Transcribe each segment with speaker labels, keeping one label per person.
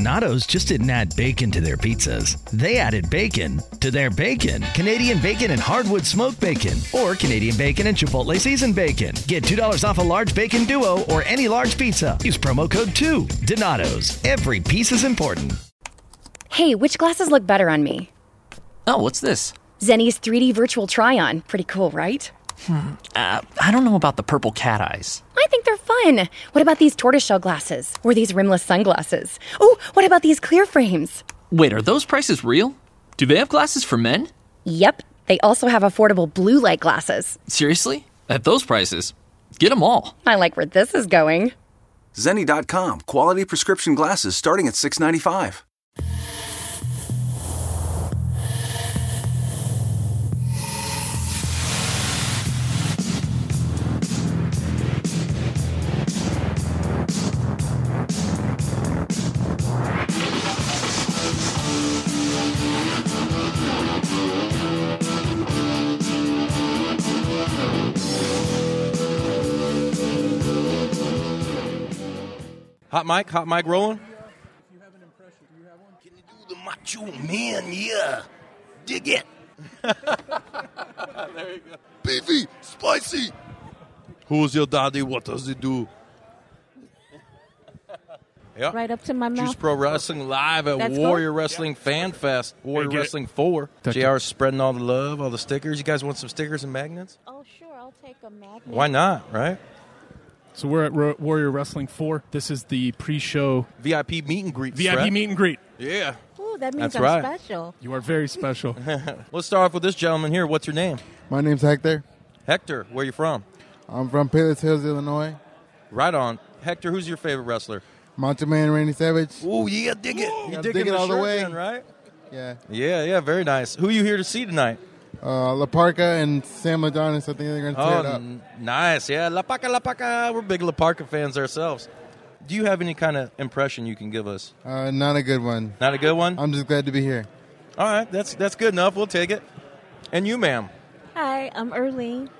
Speaker 1: Donato's just didn't add bacon to their pizzas. They added bacon to their bacon. Canadian bacon and hardwood smoked bacon, or Canadian bacon and Chipotle seasoned bacon. Get $2 off a large bacon duo or any large pizza. Use promo code 2. Donato's. Every piece is important.
Speaker 2: Hey, which glasses look better on me?
Speaker 3: Oh, what's this?
Speaker 2: Zenny's 3D virtual try on. Pretty cool, right?
Speaker 3: Uh, I don't know about the purple cat eyes.
Speaker 2: I think they're fun. What about these tortoiseshell glasses? Or these rimless sunglasses? Oh, what about these clear frames?
Speaker 3: Wait, are those prices real? Do they have glasses for men?
Speaker 2: Yep, they also have affordable blue light glasses.
Speaker 3: Seriously? At those prices? Get them all.
Speaker 2: I like where this is going.
Speaker 4: Zenni.com, quality prescription glasses starting at $6.95.
Speaker 5: Hot mic, hot mic rolling.
Speaker 6: Can you do the macho man? Yeah. Dig it. there you go. Beefy, spicy.
Speaker 5: Who's your daddy? What does he do? Yeah.
Speaker 7: Right up to my
Speaker 5: Juice
Speaker 7: mouth.
Speaker 5: Pro Wrestling live at
Speaker 7: That's
Speaker 5: Warrior Wrestling Fan Fest. Warrior
Speaker 8: get it.
Speaker 5: Wrestling 4. JR's spreading all the love, all the stickers. You guys want some stickers and magnets?
Speaker 7: oh, sure, I'll take a magnet.
Speaker 5: Why not, right?
Speaker 8: So we're at Ro- Warrior Wrestling 4. This is the pre-show
Speaker 5: VIP meet and greet.
Speaker 8: VIP
Speaker 5: Strat.
Speaker 8: meet and greet.
Speaker 5: Yeah.
Speaker 7: Ooh, that means
Speaker 5: That's
Speaker 7: I'm
Speaker 5: right.
Speaker 7: special.
Speaker 8: You are very special.
Speaker 5: Let's start off with this gentleman here. What's your name?
Speaker 9: My name's Hector.
Speaker 5: Hector. Where you from?
Speaker 9: I'm from Palos Hills, Illinois.
Speaker 5: Right on. Hector, who's your favorite wrestler?
Speaker 9: Macho Man Randy Savage.
Speaker 6: Oh, yeah, dig it.
Speaker 5: You
Speaker 9: I'm
Speaker 5: digging
Speaker 9: digging all the
Speaker 5: shirt
Speaker 9: way.
Speaker 5: then, right?
Speaker 9: Yeah.
Speaker 5: Yeah, yeah, very nice. Who you here to see tonight?
Speaker 9: Uh, La Parca and Sam Adonis. I think they're going to tear
Speaker 5: Oh,
Speaker 9: it up.
Speaker 5: n- nice. Yeah, La Paca, La Paca. We're big La Parca fans ourselves. Do you have any kind of impression you can give us?
Speaker 9: Uh, not a good one.
Speaker 5: Not a good one?
Speaker 9: I'm just glad to be here.
Speaker 5: All right, that's that's good enough. We'll take it. And you, ma'am,
Speaker 7: Hi, I'm Erlene,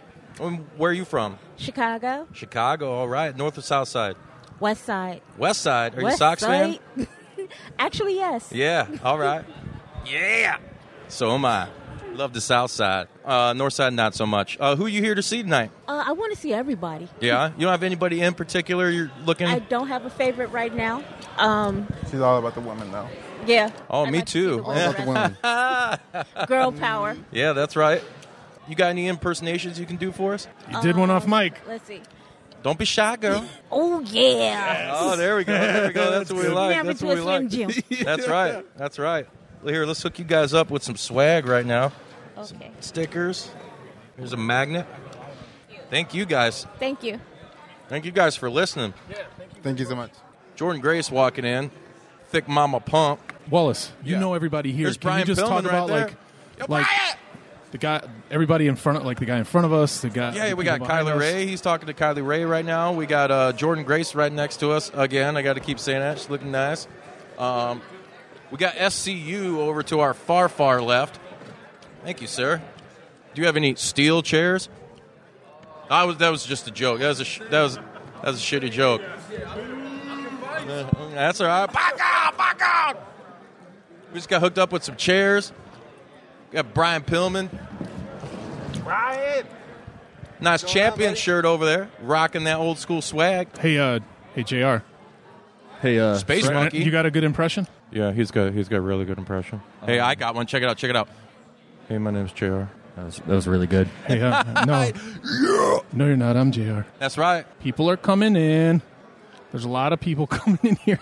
Speaker 5: um, where are you from?
Speaker 7: Chicago,
Speaker 5: Chicago. All right, north or south side?
Speaker 7: West Side.
Speaker 5: West side. Are you
Speaker 7: West
Speaker 5: a Sox fan?
Speaker 7: Side? Actually, yes.
Speaker 5: Yeah. All right. yeah. So am I. Love the south side. Uh, north side, not so much. Uh, who you here to see tonight?
Speaker 7: Uh, I want to see everybody.
Speaker 5: Yeah. You don't have anybody in particular you're looking?
Speaker 7: I don't have a favorite right now. Um,
Speaker 9: She's all about the women, though.
Speaker 7: yeah.
Speaker 5: Oh,
Speaker 7: I'd
Speaker 5: me
Speaker 7: like to see
Speaker 5: too.
Speaker 7: the
Speaker 9: All
Speaker 7: world
Speaker 9: about the women.
Speaker 7: around. Girl power.
Speaker 5: Yeah, that's right. You got any impersonations you can do for us?
Speaker 8: You did one off mic.
Speaker 7: Let's see.
Speaker 5: Don't be shy, girl.
Speaker 7: Oh yeah.
Speaker 5: oh, there we go. There we go. That's what we like.
Speaker 7: Now we
Speaker 5: That's
Speaker 7: do
Speaker 5: what
Speaker 7: a
Speaker 5: we
Speaker 7: Slim
Speaker 5: like.
Speaker 7: Jim.
Speaker 5: That's right. That's right. Well, Here, let's hook you guys up with some swag right now.
Speaker 7: Okay.
Speaker 5: Stickers. Here's a magnet. Thank you guys.
Speaker 7: Thank you.
Speaker 5: Thank you guys for listening.
Speaker 9: Thank you so much.
Speaker 5: Jordan Grace walking in. Thick Mama Pump.
Speaker 8: Wallace, you
Speaker 5: Yeah.
Speaker 8: know everybody here.
Speaker 5: There's
Speaker 8: Can
Speaker 5: Brian
Speaker 8: you just
Speaker 5: Pillman
Speaker 8: talk
Speaker 5: right
Speaker 8: about
Speaker 5: there.
Speaker 8: like like the guy everybody in front of like the guy in front of us, the guy
Speaker 5: Yeah,
Speaker 8: the
Speaker 5: we
Speaker 8: people
Speaker 5: got
Speaker 8: behind
Speaker 5: Kyler
Speaker 8: us.
Speaker 5: Ray. He's talking to Kylie Ray right now. We got uh, Jordan Grace right next to us again. I got to keep saying that. She's looking nice. Um, we got SCU over to our far, far left. Thank you, sir. Do you have any steel chairs? I was. That was just a joke. That was a. Sh- that was. That was a shitty joke. Uh, That's all right. Back out! Back out! We just got hooked up with some chairs. We got Brian Pillman. Nice champion shirt over there, rocking that old school swag.
Speaker 8: Hey uh hey JR.
Speaker 10: Hey, uh,
Speaker 5: Space
Speaker 8: Right,
Speaker 5: monkey.
Speaker 8: You got a good impression?
Speaker 10: yeah, he's
Speaker 5: Uh,
Speaker 10: got he's got a really good impression.
Speaker 5: hey, I got one. Check it out. Check it out. Hey, my name's Jr.
Speaker 10: That was, that was really good.
Speaker 8: Hey, uh, no. No, you're not. I'm JR.
Speaker 5: That's right.
Speaker 8: People are coming in. There's a lot of people coming in here.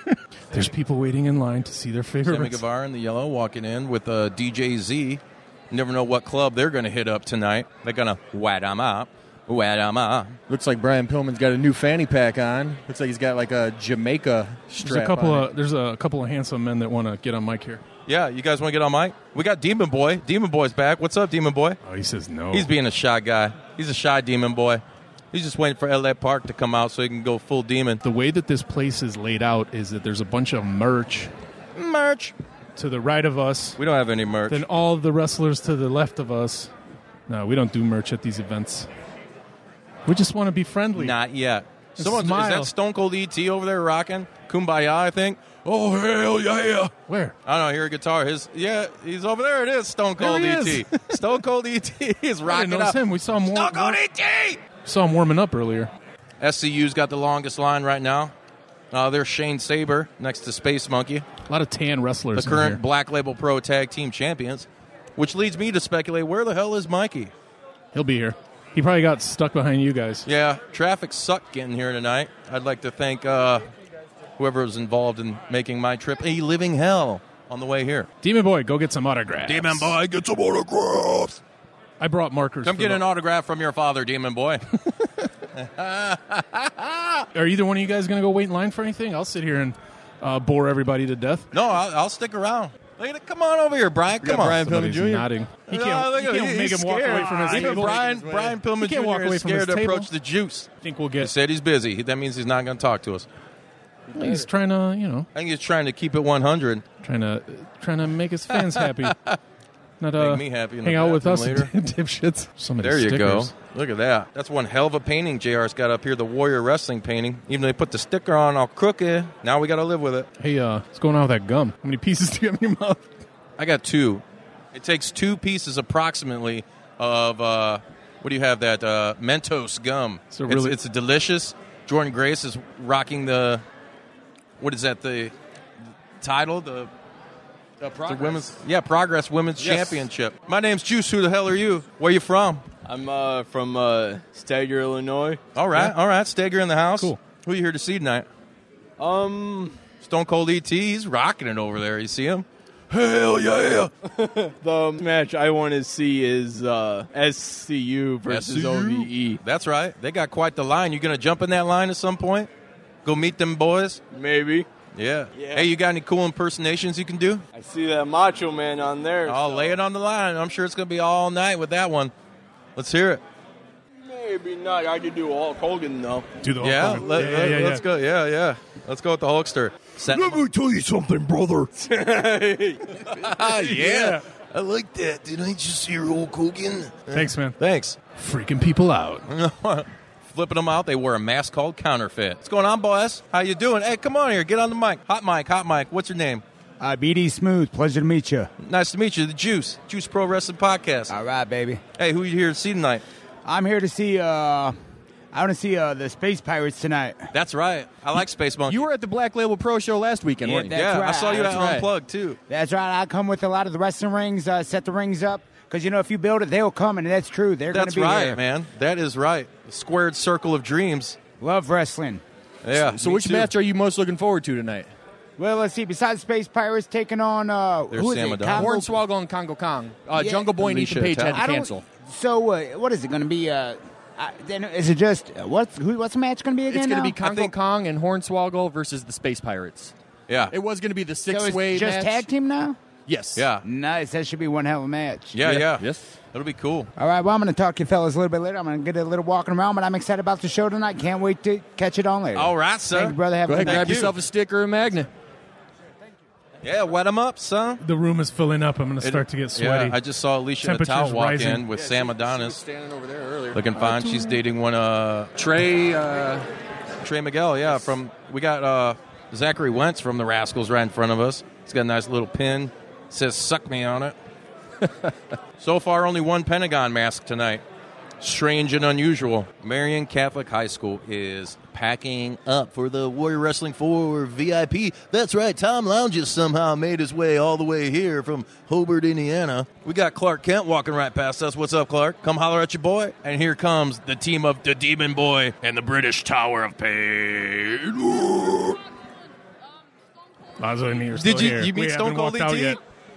Speaker 8: There's people waiting in line to see their favorite.
Speaker 5: Sammy Guevara in the yellow walking in with uh, DJ Z. Never know what club they're going to hit up tonight. They're going to wad 'em up, wad 'em up.
Speaker 10: Looks like Brian Pillman's got a new fanny pack on. Looks like he's got like a Jamaica strap.
Speaker 8: There's a couple
Speaker 10: on it.
Speaker 8: of there's a couple of handsome men that want to get on mic here.
Speaker 5: Yeah, you guys want to get on mic? We got Demon Boy. Demon Boy's back. What's up, Demon Boy?
Speaker 8: Oh, he says no.
Speaker 5: He's being a shy guy. He's a shy demon boy. He's just waiting for LA Park to come out so he can go full demon.
Speaker 8: the way that this place is laid out is that there's a bunch of merch
Speaker 5: Merch.
Speaker 8: to the right of us,
Speaker 5: We don't have any merch.
Speaker 8: then all the wrestlers to the left of us. No, we don't do merch at these events. We just want to be friendly.
Speaker 5: Not yet. Someone is
Speaker 8: smile.
Speaker 5: E that Stone Cold ET over there rocking Kumbaya? I think. Oh hell yeah!
Speaker 8: Where?
Speaker 5: I don't know. Hear a guitar. His yeah, he's over there. It is Stone Cold
Speaker 8: There
Speaker 5: ET.
Speaker 8: he is.
Speaker 5: Stone Cold ET is
Speaker 8: I didn't
Speaker 5: rocking
Speaker 8: notice
Speaker 5: up.
Speaker 8: him. We saw him,
Speaker 5: Stone
Speaker 8: war-
Speaker 5: Cold ET.
Speaker 8: saw him warming up earlier.
Speaker 5: SCU's got the longest line right now. Uh, there's Shane Saber next to Space Monkey,
Speaker 8: A lot of tan
Speaker 5: the
Speaker 8: wrestlers. in
Speaker 5: current
Speaker 8: here.
Speaker 5: Black Label Pro Tag Team champions, which leads me to speculate where the hell is Mikey?
Speaker 8: He'll be here. He probably got stuck behind you guys.
Speaker 5: Yeah, traffic sucked getting here tonight. I'd like to thank uh, whoever was involved in making my trip a living hell on the way here.
Speaker 8: Demon Boy, go get some autographs.
Speaker 5: boy, get some autographs.
Speaker 8: I brought markers.
Speaker 5: Come
Speaker 8: for
Speaker 5: get
Speaker 8: the-
Speaker 5: an autograph from your father, Demon Boy.
Speaker 8: Are either one of you guys going to go wait in line for anything? I'll sit here and uh, bore everybody to death.
Speaker 5: no, Oh, I'll, I'll stick around. Look at- Come on over here, Brian. Come on.
Speaker 10: Brian Pillman
Speaker 8: He's
Speaker 10: Jr.
Speaker 8: nodding. He can't,
Speaker 5: No, look
Speaker 8: he
Speaker 5: at
Speaker 8: can't
Speaker 5: he's
Speaker 8: make him walk
Speaker 5: scared.
Speaker 8: away from his
Speaker 5: Even
Speaker 8: table.
Speaker 5: Brian, Brian Pillman
Speaker 8: He can't
Speaker 5: Jr.
Speaker 8: walk away
Speaker 5: is
Speaker 8: from his
Speaker 5: scared to
Speaker 8: table.
Speaker 5: approach the juice.
Speaker 8: I think we'll
Speaker 5: He
Speaker 8: get.
Speaker 5: said he's busy. That means he's not going to talk to us.
Speaker 8: He's trying to, you know,
Speaker 5: I think he's trying to keep it 100.
Speaker 8: trying to, trying to make his fans happy. Not uh,
Speaker 5: Make me happy in the
Speaker 8: hang out with us,
Speaker 5: bathroom
Speaker 8: dipshits. Some of
Speaker 5: There
Speaker 8: these
Speaker 5: you go.
Speaker 8: stickers.
Speaker 5: Look at that. That's one hell of a painting JR's got up here, the Warrior Wrestling painting. Even though they put the sticker on all crooked, now we got to live with it.
Speaker 8: Hey, uh, what's going on with that gum? How many pieces do you have in your mouth?
Speaker 5: I got two. It takes two pieces approximately of, uh, what do you have, that uh, Mentos gum.
Speaker 8: So really-
Speaker 5: it's, it's delicious. Jordan Grace is rocking the, what is that, the title? The, the women's, yeah, Progress Women's
Speaker 11: Yes.
Speaker 5: Championship. My name's Juice. Who the hell are you? Where you from?
Speaker 11: I'm uh, from uh, Stager, Illinois.
Speaker 5: All right, all right. Stager in the house.
Speaker 8: Cool.
Speaker 5: Who you here to see tonight?
Speaker 11: Um,
Speaker 5: Stone Cold ET, E he's rocking it over there. You see him? Hell yeah!
Speaker 11: the match I want to see is uh, SCU versus E. OVE.
Speaker 5: That's right. They got quite the line. You gonna jump in that line at some point? Go meet them boys.
Speaker 11: Maybe.
Speaker 5: Yeah.
Speaker 11: Yeah.
Speaker 5: Hey, you got any cool impersonations you can do?
Speaker 11: I see that Macho Man on there.
Speaker 5: I'll lay it on the line. I'm sure it's gonna be all night with that one. Let's hear it.
Speaker 11: Maybe not. I could do Hulk Hogan though.
Speaker 8: Do the
Speaker 5: yeah,
Speaker 8: Hulk Hogan.
Speaker 5: let, us go. Yeah, yeah. Let's go with the Hulkster. Set-
Speaker 6: me tell you something, brother.
Speaker 5: Ah, yeah.
Speaker 6: I like that. Didn't I just hear Hulk Hogan?
Speaker 8: Thanks, man.
Speaker 5: Thanks.
Speaker 8: Freaking people out.
Speaker 5: Flipping them out, they wear a mask called counterfeit. What's going on, boys? How you doing? Hey, come on here. Get on the mic. Hot mic, hot mic. What's your name?
Speaker 12: Uh, BD Smooth, pleasure to meet you.
Speaker 5: Nice to meet you, the Juice, Juice Pro Wrestling Podcast.
Speaker 12: All right, baby.
Speaker 5: Hey, who you here to see tonight?
Speaker 12: I'm here to see. Uh, I want to see uh, the Space Pirates tonight.
Speaker 5: That's right. I like Space Monkey.
Speaker 10: You were at the Black Label Pro Show last weekend,
Speaker 12: Yeah,
Speaker 10: weren't you?
Speaker 12: that-
Speaker 5: yeah,
Speaker 12: That's
Speaker 5: I saw
Speaker 12: right.
Speaker 5: you at
Speaker 12: That's right.
Speaker 5: Unplugged too.
Speaker 12: That's right. I come with a lot of the wrestling rings. Uh, set the rings up because you know if you build it, they'll come, and that's true. They're going
Speaker 5: That's
Speaker 12: to be
Speaker 5: right,
Speaker 12: there.
Speaker 5: man. That is right. The squared circle of dreams.
Speaker 12: Love wrestling.
Speaker 5: Yeah.
Speaker 10: So
Speaker 5: Uh, me
Speaker 10: which
Speaker 5: too.
Speaker 10: match are you most looking forward to tonight?
Speaker 12: Well, let's see. Besides Space Pirates taking on uh,
Speaker 5: There's
Speaker 12: who is
Speaker 5: Sam
Speaker 12: it?
Speaker 5: Adonis.
Speaker 12: Congo-
Speaker 10: Hornswoggle and Congo Kong. Uh,
Speaker 12: Yeah.
Speaker 10: Jungle Boy and
Speaker 5: Alicia
Speaker 10: Ethan Page had
Speaker 5: Attack.
Speaker 10: to
Speaker 12: I don't-
Speaker 10: cancel.
Speaker 12: So uh, what is it going to be? Uh, I, then is it just uh, what's who? What's the match going to be again?
Speaker 10: It's going to be
Speaker 12: now?
Speaker 10: Congo
Speaker 5: think-
Speaker 10: Kong and Hornswoggle versus the Space Pirates.
Speaker 5: Yeah.
Speaker 10: It was going to be the
Speaker 12: so it's
Speaker 10: six-way
Speaker 12: just
Speaker 10: match.
Speaker 12: tag team now.
Speaker 10: Yes.
Speaker 5: yeah.
Speaker 12: Nice. That should be one hell of a match.
Speaker 5: Yeah. Yeah.
Speaker 10: Yes.
Speaker 5: It'll be cool.
Speaker 12: All right, well, I'm going to talk to you fellas a little bit later. I'm going to get a little walking around, but I'm excited about the show tonight. Can't wait to catch it on later.
Speaker 5: All right, sir.
Speaker 12: Thank you, brother. Have
Speaker 10: Go
Speaker 12: a
Speaker 10: ahead,
Speaker 12: good
Speaker 10: grab
Speaker 12: night.
Speaker 5: you.
Speaker 10: yourself a sticker or a magnet.
Speaker 5: Yeah, wet them up, son.
Speaker 8: The room is filling up. I'm going to start to get sweaty.
Speaker 5: Yeah, I just saw Alicia Natal
Speaker 8: Temperature's
Speaker 5: walk
Speaker 8: rising.
Speaker 5: in with Sam Adonis,
Speaker 10: standing over there earlier.
Speaker 5: looking fine. She's dating one uh,
Speaker 10: Trey, uh,
Speaker 5: Trey Miguel. Yeah, from we got uh, Zachary Wentz from the Rascals right in front of us. He's got a nice little pin. It says "suck me" on it. so far, only one Pentagon mask tonight. Strange and unusual. Marion Catholic High School is packing up for the Warrior Wrestling 4 VIP. That's right, Tom Lounges somehow made his way all the way here from Hobart, Indiana. We got Clark Kent walking right past us. What's up, Clark? Come holler at your boy. And here comes the team of the Demon Boy and the British Tower of Pain.
Speaker 8: Lazo and me are still
Speaker 5: Did you,
Speaker 8: here.
Speaker 5: you
Speaker 8: We
Speaker 5: meet
Speaker 8: haven't
Speaker 5: Stone Cold
Speaker 8: walked out
Speaker 5: ET?
Speaker 8: yet.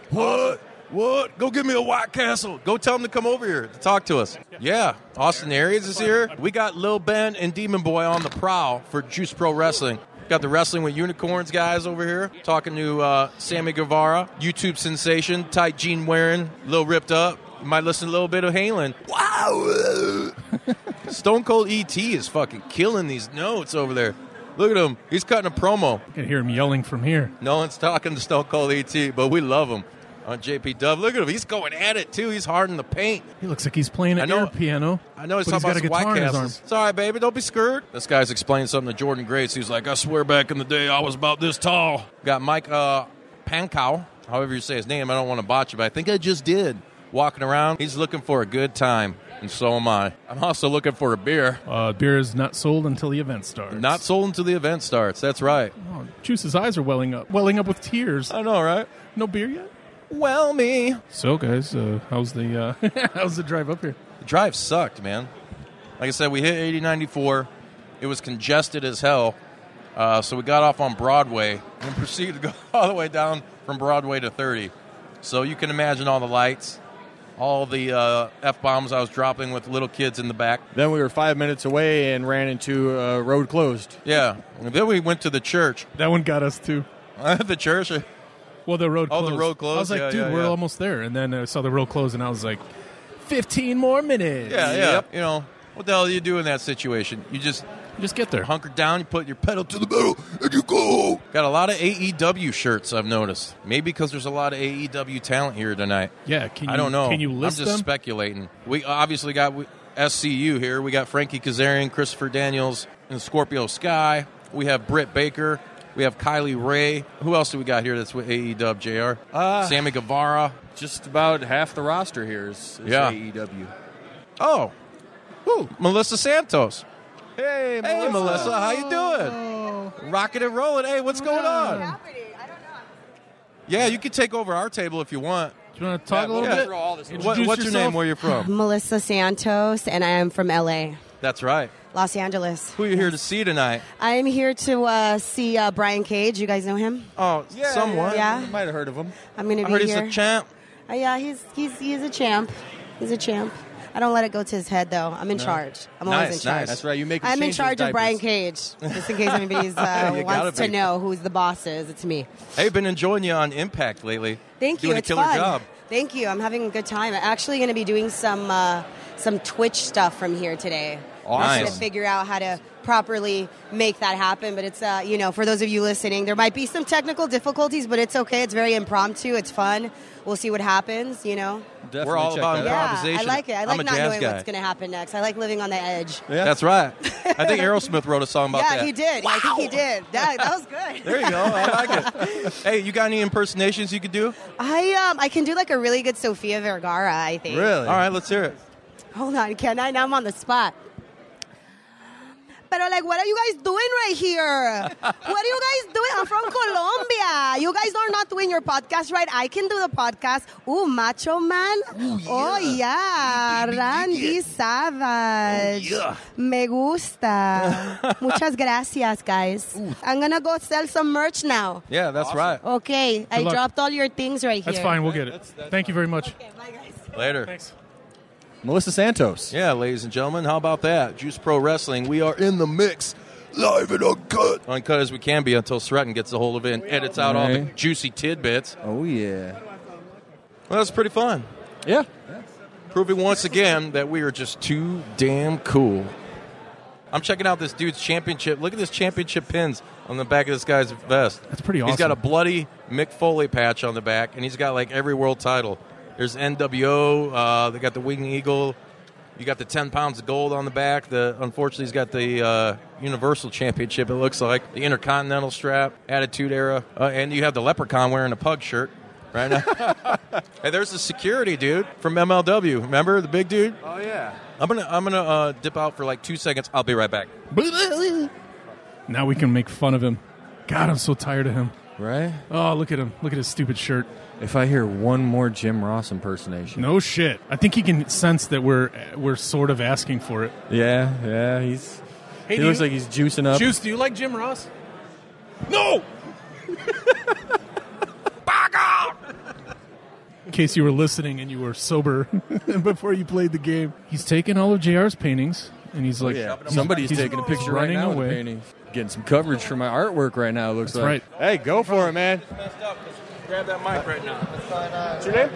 Speaker 5: What? What? Go give me a White Castle. Go tell him to come over here to talk to us. Yeah, Austin Aries is here. We got Lil Ben and Demon Boy on the prowl for Juice Pro Wrestling. Got the Wrestling with Unicorns guys over here talking to uh, Sammy Guevara, YouTube sensation, tight jean wearing, Lil Ripped Up. You might listen to a little bit of Halen. Wow! Stone Cold ET is fucking killing these notes over there. Look at him. He's cutting a promo.
Speaker 8: I can hear him yelling from here.
Speaker 5: No one's talking to Stone Cold ET, E but we love him. on JP Dub. Look at him. He's going at it, too. He's hard in the paint.
Speaker 8: He looks like he's playing
Speaker 5: I
Speaker 8: an
Speaker 5: know-
Speaker 8: air piano.
Speaker 5: I know he's
Speaker 8: but he's
Speaker 5: talking
Speaker 8: got a
Speaker 5: about some
Speaker 8: guitar
Speaker 5: White
Speaker 8: in his arm.
Speaker 5: Castles. It's all right, baby. Don't be scared. This guy's explaining something to Jordan Grace. He's like, I swear back in the day I was about this tall. Got Mike uh, Pankow, however you say his name. I don't want to botch it, but I think I just did. Walking around, he's looking for a good time, and so am I. I'm also looking for a beer.
Speaker 8: Uh, beer is not sold until the event starts.
Speaker 5: Not sold until the event starts. That's right.
Speaker 8: Oh, Juice's eyes are welling up, welling up with tears. I
Speaker 5: know, right?
Speaker 8: No beer yet.
Speaker 5: Well, me.
Speaker 8: So, guys, uh, how's the uh, how's the drive up here?
Speaker 5: The drive sucked, man. Like I said, we hit 80 94. It was congested as hell. Uh, so we got off on Broadway and proceeded to go all the way down from Broadway to 30. So you can imagine all the lights, all the uh, F bombs I was dropping with little kids in the back.
Speaker 10: Then we were five minutes away and ran into uh, road closed.
Speaker 5: Yeah. And then we went to the church.
Speaker 8: That one got us too.
Speaker 5: the church?
Speaker 8: Well, the road.
Speaker 5: Oh,
Speaker 8: closed.
Speaker 5: the road closed?
Speaker 8: I was like,
Speaker 5: Yeah,
Speaker 8: dude,
Speaker 5: yeah,
Speaker 8: we're
Speaker 5: yeah.
Speaker 8: almost there, and then I saw the road close, and I was like, fifteen more minutes.
Speaker 5: Yeah, yeah. You know, what the hell do you do in that situation? You just
Speaker 8: just get there.
Speaker 5: Hunker down, you put your pedal to the metal, and you go. Got a lot of AEW shirts I've noticed. Maybe because there's a lot of AEW talent here tonight.
Speaker 8: Yeah, can
Speaker 5: I
Speaker 8: you-
Speaker 5: don't know.
Speaker 8: can you list
Speaker 5: I'm just
Speaker 8: them?
Speaker 5: speculating. We obviously got we- SCU here. We got Frankie Kazarian, Christopher Daniels, and Scorpio Sky. We have Britt Baker. We have Kylie Ray. Who else do we got here that's with E AEW, JR?
Speaker 8: Ah.
Speaker 10: Uh,
Speaker 5: Sammy Guevara.
Speaker 10: Just about half the roster here is, E is
Speaker 5: Yeah.
Speaker 10: AEW.
Speaker 5: Oh. Who? Melissa Santos.
Speaker 10: Hey, Oh.
Speaker 5: Melissa. Hey, Melissa. How you doing? Rocking and rolling. Hey, what's going on? Yeah, you can take over our table if you want.
Speaker 8: Do you want to
Speaker 13: talk a little bit?
Speaker 5: What, what's your name? Where you're from?
Speaker 13: Melissa Santos, and I am from LA,
Speaker 5: That's right.
Speaker 13: Los Angeles.
Speaker 5: Who you here to see tonight?
Speaker 13: I'm here to uh, see uh, Brian Cage. You guys know him?
Speaker 5: Oh,
Speaker 13: Yeah,
Speaker 5: someone.
Speaker 13: yeah.
Speaker 10: Might have heard of him.
Speaker 13: I'm gonna
Speaker 5: I
Speaker 13: be
Speaker 5: heard
Speaker 13: here.
Speaker 5: he's a champ.
Speaker 13: Uh, yeah, he's he's he's a champ. He's a champ. I don't let it go to his head though. I'm in
Speaker 10: No.
Speaker 13: charge. I'm
Speaker 10: Nice,
Speaker 13: always in charge.
Speaker 10: nice. That's right, you make him
Speaker 13: I'm in
Speaker 10: change his
Speaker 13: charge of
Speaker 10: diapers.
Speaker 13: Brian Cage. Just in case anybody's
Speaker 5: You
Speaker 13: uh,
Speaker 5: gotta
Speaker 13: wants to
Speaker 5: be.
Speaker 13: know who's the boss is. It's me.
Speaker 5: Hey, been enjoying you on Impact lately.
Speaker 13: Thank you.
Speaker 5: Doing
Speaker 13: it's
Speaker 5: a killer
Speaker 13: fun.
Speaker 5: job.
Speaker 13: Thank you. I'm having a good time. I'm actually going to be doing some uh, some Twitch stuff from here today. I'm
Speaker 5: Awesome.
Speaker 13: going to figure out how to properly make that happen. But it's uh, you know, for those of you listening, there might be some technical difficulties, but it's okay. It's very impromptu. It's fun. We'll see what happens. You know.
Speaker 5: We're all
Speaker 10: check
Speaker 5: about
Speaker 10: that out.
Speaker 13: Yeah, I
Speaker 5: improvisation.
Speaker 13: like it. I
Speaker 5: I'm
Speaker 13: like
Speaker 5: a
Speaker 13: not
Speaker 5: jazz
Speaker 13: knowing
Speaker 5: guy.
Speaker 13: what's going to happen next. I like living on the edge.
Speaker 5: That's right. I think Aerosmith wrote a song about
Speaker 13: yeah,
Speaker 5: that.
Speaker 13: he did. I think he did. That, that was good.
Speaker 5: There you go. I like it. Hey, you got any impersonations you could do?
Speaker 13: I um I can do like a really good Sofia Vergara. I think.
Speaker 5: All right, let's hear it.
Speaker 13: Hold on, can I? Now I'm on the spot. But like, what are you guys doing right here? what are you guys doing? I'm from Colombia. You guys are not doing your podcast right. I can do the podcast. Ooh, Macho Man. Oh yeah, Randy Savage.
Speaker 5: Oh,
Speaker 13: Me gusta. Muchas gracias, guys. I'm gonna go sell some merch now.
Speaker 5: Yeah, that's right.
Speaker 13: Oh, Okay, I
Speaker 8: luck.
Speaker 13: dropped all your things right here.
Speaker 8: That's fine. We'll get it. Thank you very much.
Speaker 5: Later.
Speaker 8: Thanks.
Speaker 5: Melissa Santos. Yeah, ladies and gentlemen, how about that? Juice Pro Wrestling. We are in the mix, live and uncut. Uncut as we can be until Sretton gets a hold of it and edits out all the
Speaker 10: Right.
Speaker 5: juicy tidbits.
Speaker 10: Oh, yeah.
Speaker 5: Well, that's pretty fun. Yeah. Proving once again that we are just too damn cool. I'm checking out this dude's championship. Look at this championship pins on the back of this guy's vest. That's
Speaker 8: pretty
Speaker 5: He's got a
Speaker 8: awesome.
Speaker 5: bloody Mick Foley patch on the back, and he's got like every world title. There's NWO. Uh, they got the Winged Eagle. You got the 10 pounds of gold on the back. The unfortunately, he's got the uh, Universal Championship. It looks like the Intercontinental strap, Attitude Era, uh, and you have the Leprechaun wearing a pug shirt right now. hey, there's the security dude from MLW. Remember the big dude?
Speaker 10: Oh, yeah.
Speaker 5: I'm gonna I'm gonna uh, dip out for like two seconds. I'll be right back.
Speaker 8: Now we can make fun of him. God, I'm so tired of him.
Speaker 10: Right?
Speaker 8: Oh, look at him. Look at his stupid shirt.
Speaker 10: If I hear one more Jim Ross impersonation.
Speaker 8: No shit. I think he can sense that we're we're sort of asking for it.
Speaker 10: Yeah, yeah. He's. he
Speaker 8: Hey, do
Speaker 10: looks
Speaker 8: you-
Speaker 10: like he's juicing up.
Speaker 8: Juice, do you like Jim Ross? No. In case you were listening and you were sober before you played the game, he's taking all of Jr's paintings and he's like,
Speaker 10: Oh, Yeah.
Speaker 8: he's-
Speaker 10: Somebody's
Speaker 8: he's
Speaker 10: taking a picture right
Speaker 8: running
Speaker 10: now with
Speaker 8: away.
Speaker 10: the painting. Getting some coverage for my artwork right now, it looks
Speaker 8: That's
Speaker 10: like. Hey, go for it, man.
Speaker 5: Grab that mic right now.
Speaker 10: What's your name?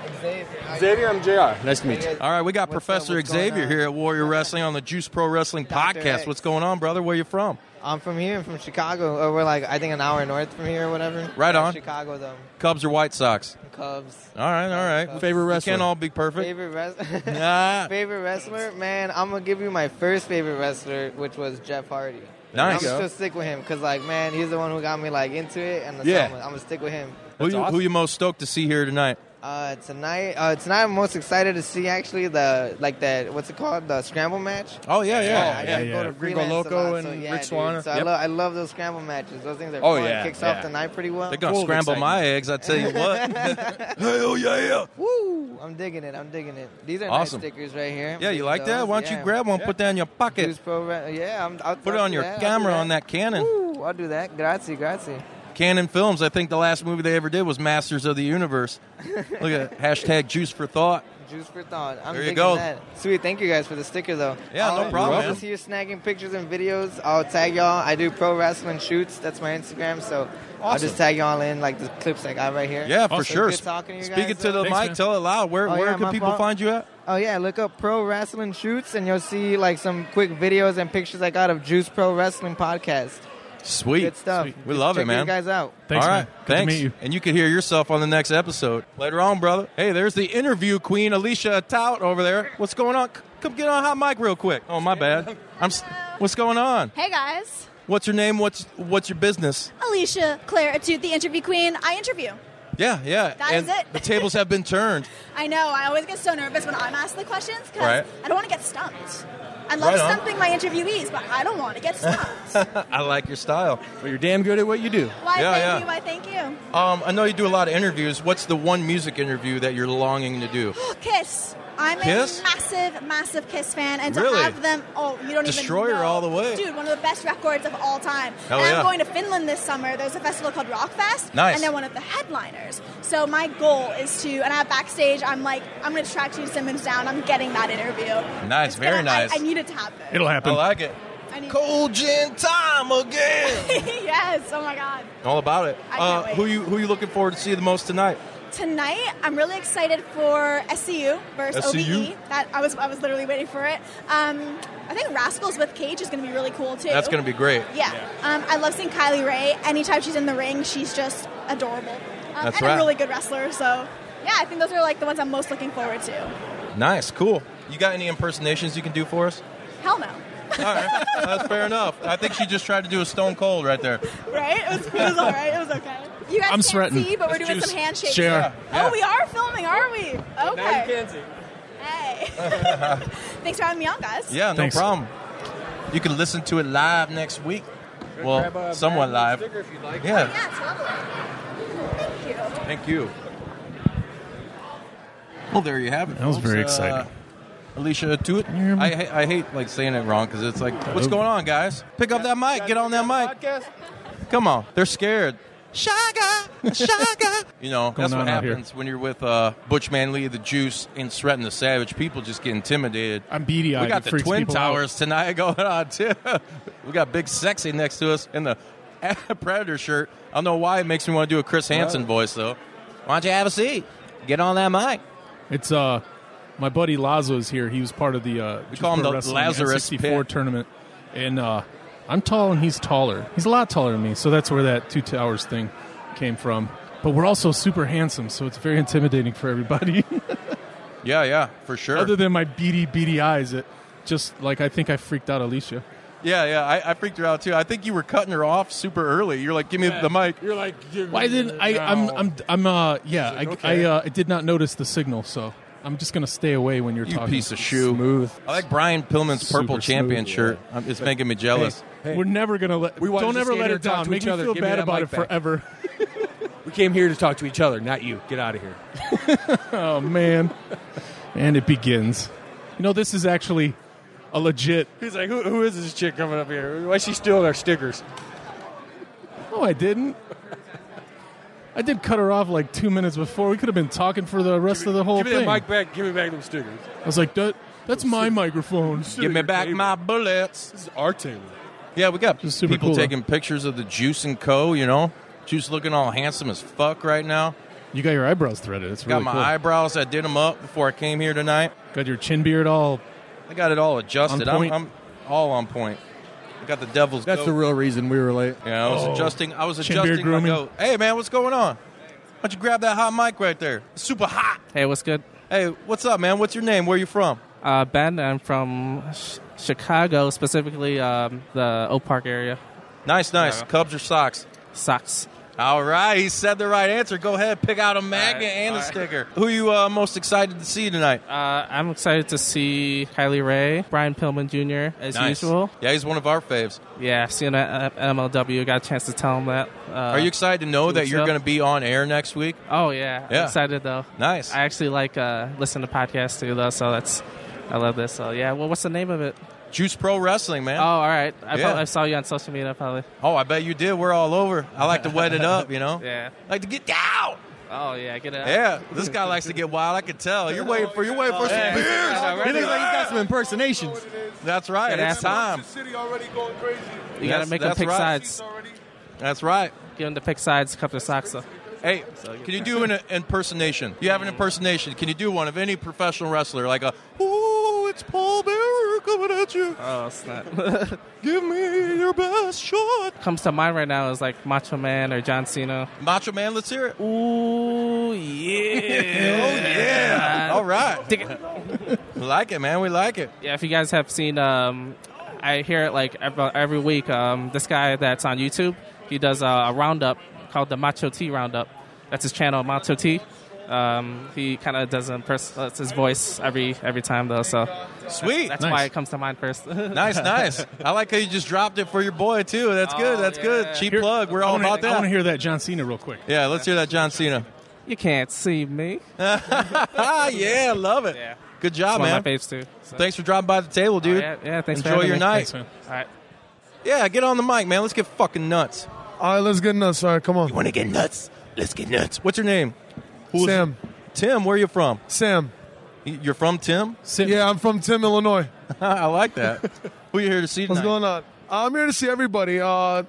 Speaker 10: Xavier, I'm JR. Nice to meet you.
Speaker 5: All right, we got
Speaker 14: uh,
Speaker 5: Professor
Speaker 10: what's going
Speaker 5: Xavier here at Warrior Wrestling on the Juice Pro Wrestling Podcast.
Speaker 10: X.
Speaker 5: What's going on, brother? Where you from?
Speaker 14: I'm from here. I'm from Chicago. Or we're like I think an hour north from here or whatever.
Speaker 5: Right
Speaker 14: Uh,
Speaker 5: on.
Speaker 14: Chicago though.
Speaker 5: Cubs or White Sox?
Speaker 14: Cubs.
Speaker 5: All right, all right. Favorite
Speaker 14: wrestler?
Speaker 5: Can't all be perfect.
Speaker 14: Favorite wrestler.
Speaker 5: Nah.
Speaker 14: Favorite wrestler, man. I'm gonna give you my first favorite wrestler, which was Jeff Hardy.
Speaker 5: Nice.
Speaker 14: I'm still stick with him because like man, he's the one who got me like into it, and so
Speaker 5: Yeah.
Speaker 14: I'm, gonna- I'm gonna stick with him.
Speaker 5: Who you, who you most stoked to see here tonight?
Speaker 14: Uh, tonight, uh, tonight I'm most excited to see actually the like that what's it called the scramble match.
Speaker 5: Oh yeah, yeah.
Speaker 14: I
Speaker 5: Yeah,
Speaker 14: gotta
Speaker 5: yeah.
Speaker 14: go to
Speaker 5: Gringo
Speaker 14: Freelance a lot,
Speaker 5: Loco
Speaker 14: so
Speaker 5: and
Speaker 14: yeah,
Speaker 5: Rick
Speaker 14: dude.
Speaker 5: Swanner.
Speaker 14: So I
Speaker 5: Yep.
Speaker 14: love I love those scramble matches. Those things are
Speaker 5: Oh,
Speaker 14: fun.
Speaker 5: yeah,
Speaker 14: It kicks
Speaker 5: yeah.
Speaker 14: off the night pretty well.
Speaker 5: They're gonna scramble my eggs. I tell you what. Hell yeah.
Speaker 14: Woo! I'm digging it. I'm digging it. These are
Speaker 5: Awesome.
Speaker 14: nice stickers right here.
Speaker 5: Yeah, you
Speaker 14: Digging
Speaker 5: like that?
Speaker 14: those,
Speaker 5: Why don't
Speaker 14: yeah.
Speaker 5: you grab one, put that in your pocket,
Speaker 14: Juice Pro Ra- Yeah, I'm, I'll,
Speaker 5: put it
Speaker 14: I'll
Speaker 5: on
Speaker 14: do
Speaker 5: your
Speaker 14: that. I'll do
Speaker 5: camera
Speaker 14: that.
Speaker 5: on that Canon.
Speaker 14: Woo, I'll do that. Grazie, grazie.
Speaker 5: Canon Films. I think the last movie they ever did was Masters of the Universe. Look at hashtag Juice for Thought.
Speaker 14: Juice for thought. I'm
Speaker 5: There you
Speaker 14: digging
Speaker 5: go.
Speaker 14: That. Sweet. Thank you guys for the sticker, though.
Speaker 5: Yeah, no
Speaker 14: I'll-
Speaker 5: problem,
Speaker 14: I'll
Speaker 5: man.
Speaker 14: see you snagging pictures and videos. I'll tag y'all. I do pro wrestling shoots. That's my Instagram. So I'll
Speaker 5: Awesome.
Speaker 14: just tag y'all in like the clips I got right here.
Speaker 5: Yeah, for
Speaker 14: So
Speaker 5: sure.
Speaker 14: Good talking to you
Speaker 5: Speaking
Speaker 14: guys,
Speaker 5: to the
Speaker 14: though.
Speaker 5: mic, tell it loud. Where
Speaker 14: Oh,
Speaker 5: where
Speaker 14: yeah,
Speaker 5: can
Speaker 14: my
Speaker 5: people
Speaker 14: fault.
Speaker 5: find you at?
Speaker 14: Oh yeah, look up pro wrestling shoots and you'll see like some quick videos and pictures I got of Juice Pro Wrestling Podcast.
Speaker 5: Sweet.
Speaker 14: Good stuff. Sweet.
Speaker 5: We
Speaker 14: Just
Speaker 5: love it,
Speaker 14: check
Speaker 5: man.
Speaker 14: you guys out.
Speaker 8: Thanks,
Speaker 5: All
Speaker 8: man.
Speaker 5: right.
Speaker 8: Good to
Speaker 5: Thanks.
Speaker 8: meet you.
Speaker 5: And you can hear yourself on the next episode. Later on, brother. Hey, there's the interview queen, Alicia Tout, over there. What's going on? C- Come get on hot mic real quick. Oh, my bad. I'm. s- What's going on?
Speaker 15: Hey guys,
Speaker 5: What's your name? What's What's your business?
Speaker 15: Alicia Claire to the interview queen. I interview.
Speaker 5: Yeah, yeah.
Speaker 15: That
Speaker 5: and
Speaker 15: is it.
Speaker 5: the tables have been turned.
Speaker 15: I know I always get so nervous when I'm asked the questions because
Speaker 5: Right.
Speaker 15: I don't want to get stumped. I love
Speaker 5: Right on.
Speaker 15: stumping my interviewees, but I don't want to get stumped.
Speaker 5: I like your style. Well, you're damn good at what you do.
Speaker 15: Why?
Speaker 5: yeah,
Speaker 15: thank
Speaker 5: yeah.
Speaker 15: you. Why? Thank you.
Speaker 5: Um, I know you do a lot of interviews. What's the one music interview that you're longing to do?
Speaker 15: Oh, Kiss. I'm
Speaker 5: Kiss?
Speaker 15: a massive, massive Kiss fan, and to
Speaker 5: Really?
Speaker 15: have them, oh, you don't
Speaker 5: Destroyer
Speaker 15: even know.
Speaker 5: all the way.
Speaker 15: dude. One of the best records of all time.
Speaker 5: Hell
Speaker 15: and
Speaker 5: yeah.
Speaker 15: I'm going to Finland this summer. There's a festival called Rockfest,
Speaker 5: Nice.
Speaker 15: and they're one of the headliners. So my goal is to, and at backstage, I'm like, I'm going to track Gene Simmons down. I'm getting that interview.
Speaker 5: Nice,
Speaker 15: It's
Speaker 5: very
Speaker 15: gonna- I-
Speaker 5: nice.
Speaker 15: I, need it to happen.
Speaker 5: It'll happen. I like it. Cold gin time again.
Speaker 15: yes. Oh my god.
Speaker 5: All about it. Uh,
Speaker 15: I can't wait.
Speaker 5: who you Who you looking forward to see the most tonight?
Speaker 15: Tonight, I'm really excited for SCU versus
Speaker 5: SCU?
Speaker 15: OVE. That I was I was literally waiting for it. Um, I think Rascals with Cage is going to be really cool too.
Speaker 5: That's going to be great.
Speaker 15: Yeah, Um, I love seeing Kylie Ray. Anytime she's in the ring, she's just adorable. Um,
Speaker 5: That's
Speaker 15: and
Speaker 5: right.
Speaker 15: a really good wrestler. So yeah, I think those are like the ones I'm most looking forward to.
Speaker 5: Nice, cool. You got any impersonations you can do for us?
Speaker 15: Hell no,
Speaker 5: All right, that's fair enough. I think she just tried to do a Stone Cold right there.
Speaker 15: right? It was, it was all right. It was okay. You guys
Speaker 5: I'm
Speaker 15: can't
Speaker 5: sweating.
Speaker 15: see, but we're
Speaker 5: That's
Speaker 15: doing some
Speaker 5: juice.
Speaker 15: handshakes.
Speaker 5: Sure. Yeah, yeah.
Speaker 15: Oh, we are filming, are we? Okay.
Speaker 5: yeah,
Speaker 15: Thanks for having me on, guys.
Speaker 5: no problem. You can listen to it live next week.
Speaker 11: grab
Speaker 5: Well,
Speaker 11: a
Speaker 5: somewhat
Speaker 11: Batman
Speaker 5: live.
Speaker 11: sticker if you'd like.
Speaker 5: Yeah.
Speaker 15: Oh, Yeah, totally. Thank you.
Speaker 5: Thank you. Well, there you have it.
Speaker 8: That was
Speaker 5: folks.
Speaker 8: very
Speaker 5: Uh,
Speaker 8: exciting.
Speaker 5: Alicia Tuit. I, ha- I hate like saying it wrong because it's like, what's going on, guys? Pick up that mic. Get on that mic. Come on, they're scared.
Speaker 6: Shaga, shaga.
Speaker 5: You know,
Speaker 8: Going
Speaker 5: that's what
Speaker 8: on out here.
Speaker 5: happens when you're with uh, Butch Man Lee, the Juice, and Threaten the Savage. People just get intimidated. I'm beady
Speaker 8: beady-eyed.
Speaker 5: We got
Speaker 8: It
Speaker 5: the
Speaker 8: freaks
Speaker 5: Twin
Speaker 8: people out.
Speaker 5: Towers tonight going on too. we got Big Sexy next to us in the Predator shirt. I don't know why it makes me want to do a Chris Hansen
Speaker 8: Right.
Speaker 5: voice though. Why don't you have a seat? Get on that mic.
Speaker 8: It's uh, my buddy Lazo is here. He was part of the uh, we
Speaker 5: call him the Lazarus
Speaker 8: '64 tournament, and uh, I'm tall and he's taller. He's a lot taller than me, so that's where that two towers thing came from. But we're also super handsome, so it's very intimidating for everybody.
Speaker 5: Yeah, yeah, for sure.
Speaker 8: Other than my beady beady eyes, it just like I think I freaked out Alicia.
Speaker 5: yeah, yeah, I, I freaked her out too. I think you were cutting her off super early. You're like, give me the mic.
Speaker 8: You're like, Why didn't I? I'm I'm I'm uh yeah. I
Speaker 5: okay?
Speaker 8: I, uh, I did not notice the signal, so I'm just gonna stay away when you're
Speaker 5: You
Speaker 8: talking.
Speaker 5: piece of shoe.
Speaker 8: Smooth.
Speaker 5: I like Brian Pillman's
Speaker 8: Super
Speaker 5: purple
Speaker 8: smooth,
Speaker 5: champion
Speaker 8: yeah.
Speaker 5: shirt. Um, It's making me jealous.
Speaker 8: Hey, We're never gonna let.
Speaker 16: We wanted
Speaker 8: don't
Speaker 16: to
Speaker 8: ever
Speaker 16: stay
Speaker 8: let
Speaker 16: here
Speaker 8: her
Speaker 16: and talk
Speaker 8: down.
Speaker 16: to
Speaker 8: Make
Speaker 16: each
Speaker 8: me
Speaker 16: other.
Speaker 8: feel
Speaker 16: Give me
Speaker 8: bad
Speaker 16: that
Speaker 8: about
Speaker 16: mic
Speaker 8: it
Speaker 16: back.
Speaker 8: forever.
Speaker 16: We came here to talk to each other, not you. Get out of here.
Speaker 8: oh man, and it begins. You know, this is actually a legit.
Speaker 16: He's like, who, who is this chick coming up here? Why is she stealing our stickers?
Speaker 8: No, I didn't. I did cut her off like two minutes before. We could have been talking for the rest of the whole
Speaker 16: Give me
Speaker 8: thing.
Speaker 16: that mic back. Give me back those stickers.
Speaker 8: I was like, that, that's my microphone.
Speaker 5: Give me back my bullets. This
Speaker 16: is our table.
Speaker 5: Yeah, we got
Speaker 8: super
Speaker 5: people
Speaker 8: cool, though.
Speaker 5: taking pictures of the Juice and Co. You know, Juice looking all handsome as fuck right now.
Speaker 8: You got your eyebrows threaded. It's really
Speaker 5: got my
Speaker 8: cool.
Speaker 5: eyebrows. I did them up before I came here tonight.
Speaker 8: Got your chin beard all.
Speaker 5: I got it all adjusted.
Speaker 8: on point.
Speaker 5: I'm, I'm all on point. I got the devil's
Speaker 10: That's
Speaker 5: goat.
Speaker 10: the real reason we were late.
Speaker 5: Yeah, I was
Speaker 8: Oh.
Speaker 5: adjusting. I was adjusting my goat. Hey, man, what's going on? Why don't you grab that hot mic right there? It's super hot.
Speaker 17: Hey, what's good?
Speaker 5: Hey, what's up, man? What's your name? Where you from?
Speaker 17: Uh, ben, I'm from sh- Chicago, specifically um, the Oak Park area.
Speaker 5: Nice, nice.
Speaker 17: Chicago.
Speaker 5: Cubs or socks?
Speaker 17: Socks.
Speaker 5: All right, he said the right answer. Go ahead, pick out a magnet and a sticker. Who you uh, most excited to see tonight?
Speaker 17: Uh, I'm excited to see Kylie Ray, Brian Pillman Jr. as
Speaker 5: Nice.
Speaker 17: usual.
Speaker 5: Yeah, he's one of our faves.
Speaker 17: Yeah, seeing at uh, MLW, got a chance to tell him that. Uh,
Speaker 5: Are you excited to know
Speaker 17: two
Speaker 5: that
Speaker 17: weeks
Speaker 5: you're
Speaker 17: ago.
Speaker 5: going to be on air next week?
Speaker 17: Oh yeah,
Speaker 5: Yeah.
Speaker 17: I'm excited though.
Speaker 5: Nice.
Speaker 17: I actually like uh, listen to podcasts too though, so that's I love this. So yeah, well, what's the name of it?
Speaker 5: Juice Pro Wrestling, man.
Speaker 17: Oh, all right. I,
Speaker 5: Yeah.
Speaker 17: prob- I saw you on social media probably.
Speaker 5: Oh, I bet you did. We're all over. I like to wet it up, you know?
Speaker 17: Yeah.
Speaker 5: Like to get down.
Speaker 17: Oh yeah, get it.
Speaker 5: Yeah, this guy likes to get wild. I can tell. You're waiting for you're waiting for some
Speaker 17: Yeah.
Speaker 5: beers.
Speaker 17: Yeah, right. He looks like he's got
Speaker 5: some impersonations. That's right.
Speaker 17: Good
Speaker 5: It's
Speaker 17: asshole.
Speaker 5: time.
Speaker 17: You
Speaker 5: Yes,
Speaker 17: gotta make them
Speaker 5: that's
Speaker 17: pick
Speaker 5: right.
Speaker 17: sides.
Speaker 5: That's right.
Speaker 17: Give them to pick sides. Cup of socks though.
Speaker 5: Hey, can you do an impersonation? You have an impersonation. Can you do one of any professional wrestler? Like a Ooh, it's Paul Bearer coming at you.
Speaker 17: Oh, it's not.
Speaker 5: Give me your best shot.
Speaker 17: Comes to mind right now is like Macho Man or John Cena.
Speaker 5: Macho Man, let's hear it.
Speaker 17: Ooh, yeah.
Speaker 5: Oh, All right. We like it, man. We like it.
Speaker 17: Yeah, if you guys have seen, um, I hear it like every, every week. Um, this guy that's on YouTube, he does a, a roundup called the Macho T Roundup. That's his channel, Macho T. Um, he kind of does impers- that's his voice every every time though. So That's,
Speaker 5: Sweet.
Speaker 17: that's
Speaker 5: Nice.
Speaker 17: why it comes to mind first.
Speaker 5: Nice, nice. I like how you just dropped it for your boy too. That's good.
Speaker 17: Oh,
Speaker 5: That's good. Cheap plug. We're all
Speaker 8: wanna-
Speaker 5: about
Speaker 8: I
Speaker 5: that.
Speaker 8: want to hear that John Cena real quick.
Speaker 5: yeah, let's hear that John Cena.
Speaker 17: You can't see me.
Speaker 5: Ah, yeah, love it. Good job,
Speaker 17: It's one
Speaker 5: man.
Speaker 17: of my faves, too, so.
Speaker 5: Thanks for dropping by the table, dude.
Speaker 17: yeah, yeah, thanks for
Speaker 5: Enjoy
Speaker 17: having
Speaker 5: your
Speaker 17: me.
Speaker 5: night.
Speaker 17: Thanks, man. All right.
Speaker 5: Yeah, get on the mic, man. Let's get fucking nuts.
Speaker 18: All right, let's get nuts. All right, come on. You
Speaker 5: want to get nuts? Let's get nuts. What's your name? Who's
Speaker 18: Sam.
Speaker 5: Tim, where are you from?
Speaker 18: Sam.
Speaker 5: You're from Tim?
Speaker 18: Yeah, I'm from Tim, Illinois.
Speaker 5: I like that. Who you here to see?
Speaker 18: What's going on? I'm here to see everybody. Uh,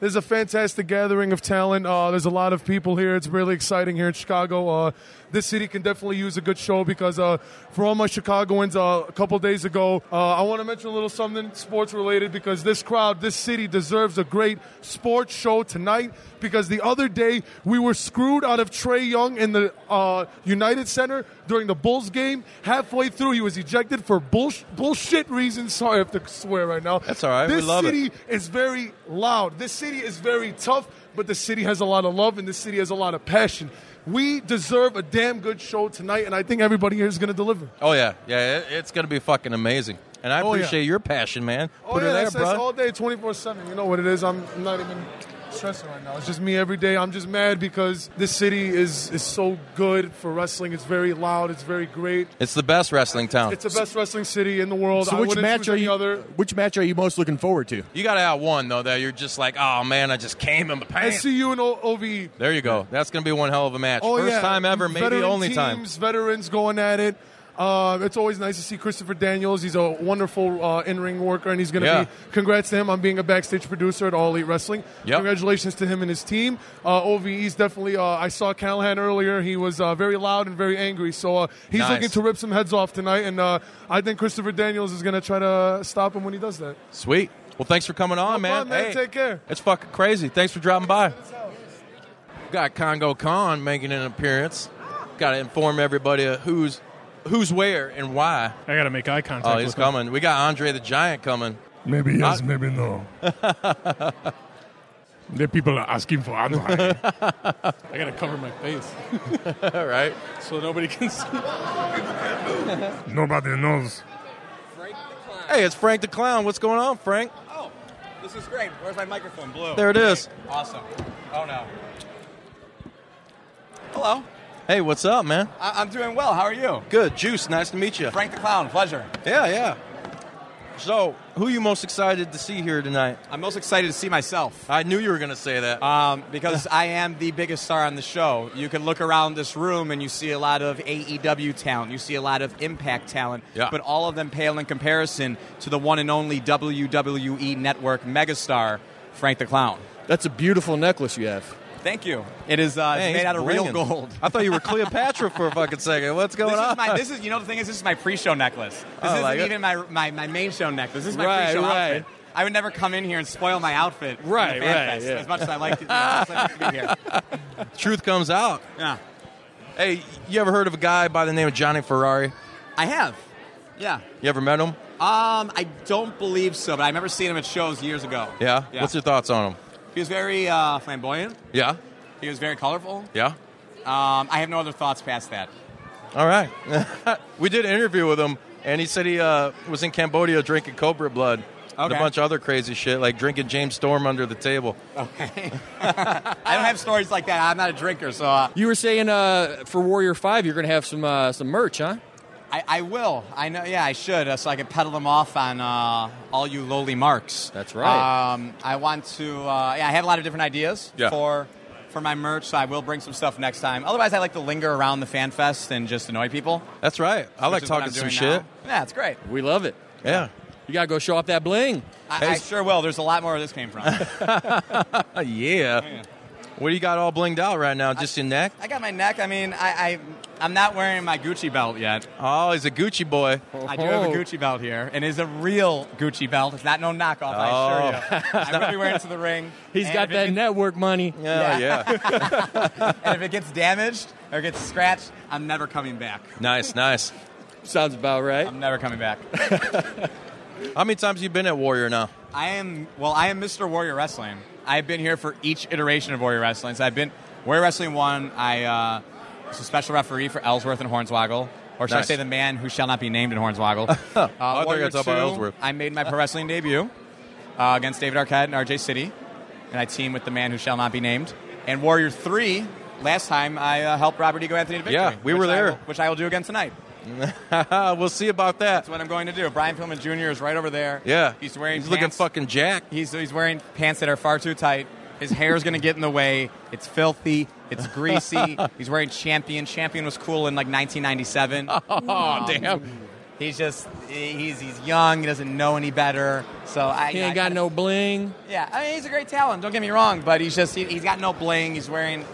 Speaker 18: there's a fantastic gathering of talent. Uh, there's a lot of people here. It's really exciting here in Chicago. Uh, this city can definitely use a good show because uh, for all my Chicagoans, uh, a couple days ago, uh, I want to mention a little something sports related because this crowd, this city deserves a great sports show tonight because the other day we were screwed out of Trey Young in the uh, United Center during the Bulls game. Halfway through, he was ejected for bullsh- bullshit reasons. Sorry, I have to swear right now.
Speaker 5: That's all right. We
Speaker 18: This
Speaker 5: love it.
Speaker 18: city is very loud. This city is very tough, but the city has a lot of love and the city has a lot of passion. We deserve a damn good show tonight, and I think everybody here is going to deliver.
Speaker 5: Oh, yeah. Yeah, it- it's going to be fucking amazing. And I
Speaker 18: Oh, yeah.
Speaker 5: appreciate your passion, man.
Speaker 18: Oh
Speaker 5: Put
Speaker 18: yeah,
Speaker 5: it there,
Speaker 18: that's, that's
Speaker 5: bro.
Speaker 18: all day, twenty four seven. You know what it is? I'm not even stressing right now. It's just me every day. I'm just mad because this city is is so good for wrestling. It's very loud. It's very great.
Speaker 5: It's the best wrestling town.
Speaker 18: It's the best wrestling city in the world.
Speaker 10: So
Speaker 18: I
Speaker 10: which
Speaker 18: wouldn't
Speaker 10: match
Speaker 18: choose
Speaker 10: are
Speaker 18: any
Speaker 10: you?
Speaker 18: Other.
Speaker 10: Which match are you most looking forward to?
Speaker 5: You got to have one, though, that you're just like, oh, man, I just came in the pants.
Speaker 18: SCU and O- OVE.
Speaker 5: There you go. That's going to be one hell of a match.
Speaker 18: Oh,
Speaker 5: First
Speaker 18: yeah.
Speaker 5: time ever, maybe
Speaker 18: Veteran
Speaker 5: only
Speaker 18: teams,
Speaker 5: time.
Speaker 18: Veterans going at it. Uh, it's always nice to see Christopher Daniels. He's a wonderful uh, in-ring worker, and he's going to
Speaker 5: Yeah.
Speaker 18: be. Congrats to him on being a backstage producer at All Elite Wrestling.
Speaker 5: Yep.
Speaker 18: Congratulations to him and his team. Uh, OVE's definitely. Uh, I saw Callahan earlier. He was uh, very loud and very angry, so uh, he's
Speaker 5: Nice.
Speaker 18: looking to rip some heads off tonight. And uh, I think Christopher Daniels is going to try to stop him when he does that.
Speaker 5: Sweet. Well, thanks for coming on, man.
Speaker 18: problem, man.
Speaker 5: Hey,
Speaker 18: Take care.
Speaker 5: It's fucking crazy. Thanks for dropping by. Got Congo Khan making an appearance. Got to inform everybody of who's who's where and why.
Speaker 8: I got to make eye contact.
Speaker 5: Oh, he's
Speaker 8: with him.
Speaker 5: coming. We got Andre the Giant coming.
Speaker 19: Maybe yes,
Speaker 5: Not-
Speaker 19: maybe no. the people are asking for Andre.
Speaker 8: I got to cover my face.
Speaker 5: All right.
Speaker 8: So nobody can see.
Speaker 19: Nobody knows.
Speaker 5: Hey, it's Frank the Clown. What's going on, Frank?
Speaker 20: Oh, This is great. Where's my microphone? Blue.
Speaker 5: There it is.
Speaker 20: Awesome. Oh no. Hello.
Speaker 5: Hey, what's up, man?
Speaker 20: I- I'm doing well. How are you?
Speaker 5: Good. Juice, nice to meet you.
Speaker 20: Frank the Clown. Pleasure.
Speaker 5: Yeah, yeah. So, who you most excited to see here tonight?
Speaker 20: I'm most excited to see myself.
Speaker 5: I knew you were going to say that.
Speaker 20: Um, because I am the biggest star on the show. You can look around this room and you see a lot of AEW talent. You see a lot of Impact talent.
Speaker 5: Yeah.
Speaker 20: But all of them pale in comparison to the one and only WWE Network megastar, Frank the Clown.
Speaker 10: That's a beautiful necklace you have.
Speaker 20: Thank you. It is uh, it's
Speaker 5: Man,
Speaker 20: made
Speaker 5: he's
Speaker 20: out of real
Speaker 5: blinging.
Speaker 20: gold.
Speaker 5: I thought you were Cleopatra for a fucking second. What's going
Speaker 20: this
Speaker 5: on?
Speaker 20: Is my, this is you know the thing is this is my pre-show necklace. This
Speaker 5: Oh,
Speaker 20: isn't
Speaker 5: like it.
Speaker 20: even my, my my main show necklace. This is my
Speaker 5: Right,
Speaker 20: pre-show
Speaker 5: right.
Speaker 20: outfit. I would never come in here and spoil my outfit. in the Fan
Speaker 5: Right, right,
Speaker 20: Fest,
Speaker 5: yeah.
Speaker 20: As much as I like to, as much as I like to be here.
Speaker 5: Truth comes out.
Speaker 20: Yeah.
Speaker 5: Hey, you ever heard of a guy by the name of Johnny Ferrari?
Speaker 20: I have. Yeah.
Speaker 5: You ever met him?
Speaker 20: Um, I don't believe so, but I remember seeing him at shows years ago.
Speaker 5: Yeah.
Speaker 20: Yeah.
Speaker 5: What's your thoughts on him?
Speaker 20: He was very uh, flamboyant.
Speaker 5: Yeah.
Speaker 20: He was very colorful.
Speaker 5: Yeah.
Speaker 20: Um, I have no other thoughts past that.
Speaker 5: All right. we did an interview with him, and he said he uh, was in Cambodia drinking cobra blood and a
Speaker 20: Okay.
Speaker 5: bunch of other crazy shit, like drinking James Storm under the table.
Speaker 20: Okay. I don't have stories like that. I'm not a drinker, so uh,
Speaker 21: You were saying uh, for Warrior Five, you're going to have some uh, some merch, huh?
Speaker 20: I, I will. I know. Yeah, I should, uh, so I can peddle them off on uh, all you lowly marks. That's
Speaker 21: right.
Speaker 20: Um, I want to. Uh, yeah, I have a lot of different ideas
Speaker 21: Yeah.
Speaker 20: for for my merch. So I will bring some stuff next time. Otherwise, I like to linger around the fan fest and just annoy people.
Speaker 5: That's right. I
Speaker 20: Which
Speaker 5: like
Speaker 20: is what
Speaker 5: talking
Speaker 20: I'm
Speaker 5: some
Speaker 20: doing
Speaker 5: shit.
Speaker 20: now. Yeah, it's great.
Speaker 21: We love it.
Speaker 5: Yeah.
Speaker 21: You got to go show off that bling.
Speaker 20: I, I sure will. There's a lot more where this came from.
Speaker 5: yeah. What do you got all blinged out right now? Just your neck?
Speaker 20: I got my neck. I mean, I, I I'm not wearing my Gucci belt yet.
Speaker 5: Oh, he's a Gucci boy.
Speaker 20: I do have a Gucci belt here, and it's a real Gucci belt. It's not no knockoff. I assure you. I will be wearing it to the ring.
Speaker 21: He's
Speaker 20: And
Speaker 21: got
Speaker 20: if it
Speaker 21: that network money.
Speaker 20: Yeah, and if it gets damaged or gets scratched, I'm never coming back.
Speaker 5: Nice, nice.
Speaker 21: Sounds about right.
Speaker 20: I'm never coming back.
Speaker 5: How many times have you been at Warrior now?
Speaker 20: I am well. I am Mr. Warrior Wrestling. I've been here for each iteration of Warrior Wrestling. So I've been Warrior Wrestling one. I uh, was a special referee for Ellsworth and Hornswoggle, or should
Speaker 5: Nice. Oh,
Speaker 20: I say the man who shall not be named in Hornswoggle? uh,
Speaker 5: I thought you were
Speaker 20: Warrior
Speaker 5: gonna talk about
Speaker 20: two,
Speaker 5: Ellsworth.
Speaker 20: I made my pro wrestling debut uh, against David Arquette and RJ City, and I teamed with the man who shall not be named. And Warrior three. Last time I uh, helped Robert Ego Anthony to victory.
Speaker 5: Yeah, we were
Speaker 20: which I
Speaker 5: there.
Speaker 20: will- which I will do again tonight.
Speaker 5: we'll see about that.
Speaker 20: That's what I'm going to do. Brian Pillman Jr. is right over there.
Speaker 5: Yeah.
Speaker 20: he's wearing.
Speaker 5: He's looking
Speaker 20: pants-
Speaker 5: fucking jack.
Speaker 20: He's he's wearing pants that are far too tight. His hair is going to get in the way. It's filthy. It's greasy. he's wearing Champion. Champion was cool in like 1997.
Speaker 5: Oh, damn.
Speaker 20: He's just he's he's young. He doesn't know any better. So I
Speaker 21: He ain't got no bling.
Speaker 20: Yeah, I mean, he's a great talent. Don't get me wrong, but he's just he, he's got no bling. He's wearing.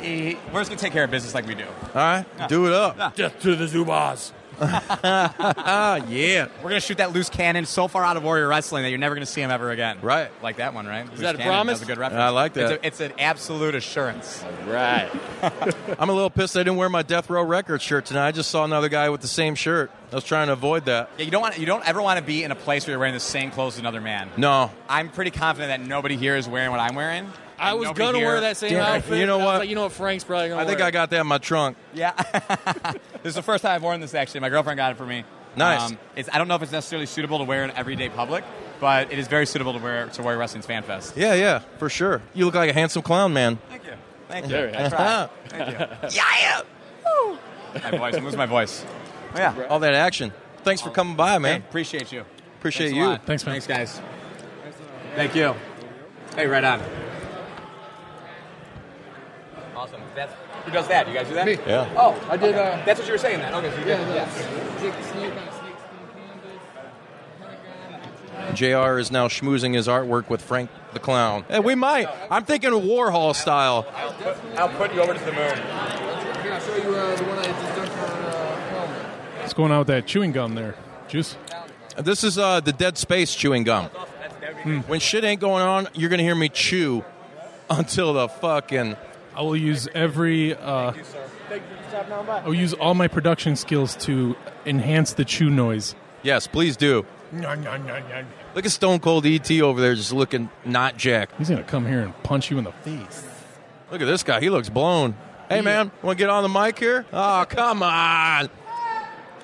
Speaker 20: He, we're just gonna take care of business like we do.
Speaker 5: All right, do it up.
Speaker 21: Death to the Zubas.
Speaker 5: yeah.
Speaker 20: We're gonna shoot that loose cannon so far out of Warrior Wrestling that you're never gonna see him ever again. Right. Like that one, right? Is
Speaker 5: that a promise?
Speaker 20: That's a good reference.
Speaker 5: I like that.
Speaker 20: It's, a, it's an absolute assurance.
Speaker 21: Right.
Speaker 5: I'm a little pissed I didn't wear my Death Row Records shirt tonight. I just saw another guy with the same shirt. I was trying to avoid that.
Speaker 20: Yeah, you don't want you don't ever want to be in a place where you're wearing the same clothes as another man.
Speaker 5: No.
Speaker 20: I'm pretty confident that nobody here is wearing what I'm wearing.
Speaker 21: I was
Speaker 20: Nobody
Speaker 21: gonna
Speaker 20: here-
Speaker 21: wear that same
Speaker 5: Damn it.
Speaker 21: outfit.
Speaker 5: You know
Speaker 21: and I was
Speaker 5: what?
Speaker 21: like, you know what? Frank's probably gonna.
Speaker 5: I think
Speaker 21: wear
Speaker 5: I got that in my trunk.
Speaker 20: This is the first time I've worn this actually. My girlfriend got it for me. Um,
Speaker 5: Nice.
Speaker 20: it's, I don't know if it's necessarily suitable to wear in everyday public, but it is very suitable to wear to Warrior Wrestling's Fan Fest.
Speaker 5: Yeah, yeah, for sure. You look like a handsome clown, man.
Speaker 20: Thank you. Thank
Speaker 5: There
Speaker 20: you.
Speaker 5: we
Speaker 20: I
Speaker 5: are.
Speaker 20: tried. Thank you. Yeah. Woo. My voice. I'm losing my voice. yeah.
Speaker 5: All that action. Thanks for coming by, man.
Speaker 20: Hey, appreciate you.
Speaker 5: Appreciate
Speaker 20: Thanks a
Speaker 5: you.
Speaker 20: lot.
Speaker 5: Thanks,
Speaker 20: man. Thanks, guys. Thank you. Hey, right on. Awesome. That's, who does that? You guys do that?
Speaker 5: Me. Yeah.
Speaker 20: Oh,
Speaker 6: I did,
Speaker 20: okay.
Speaker 6: uh,
Speaker 20: That's what you were saying. Then. Okay. So you did.
Speaker 5: JR is now schmoozing his artwork with Frank the Clown. And Eh, we might. I'm thinking Warhol style.
Speaker 20: I'll, put, I'll put you over to the moon.
Speaker 6: I'll show you uh, the one I just done for
Speaker 8: What's going on with that chewing gum there? Juice.
Speaker 5: This is uh, the Dead Space chewing gum.
Speaker 8: Hmm.
Speaker 5: When shit ain't going on, you're going to hear me chew until the fucking.
Speaker 8: I will use every. Uh, I will use all my production skills to enhance the chew noise.
Speaker 5: Yes, please do. Look at Stone Cold ET over there just looking not jacked.
Speaker 8: He's gonna come here and punch you in the face.
Speaker 5: Look at this guy. He looks blown. Hey, man, want to get on the mic here? Oh, come on.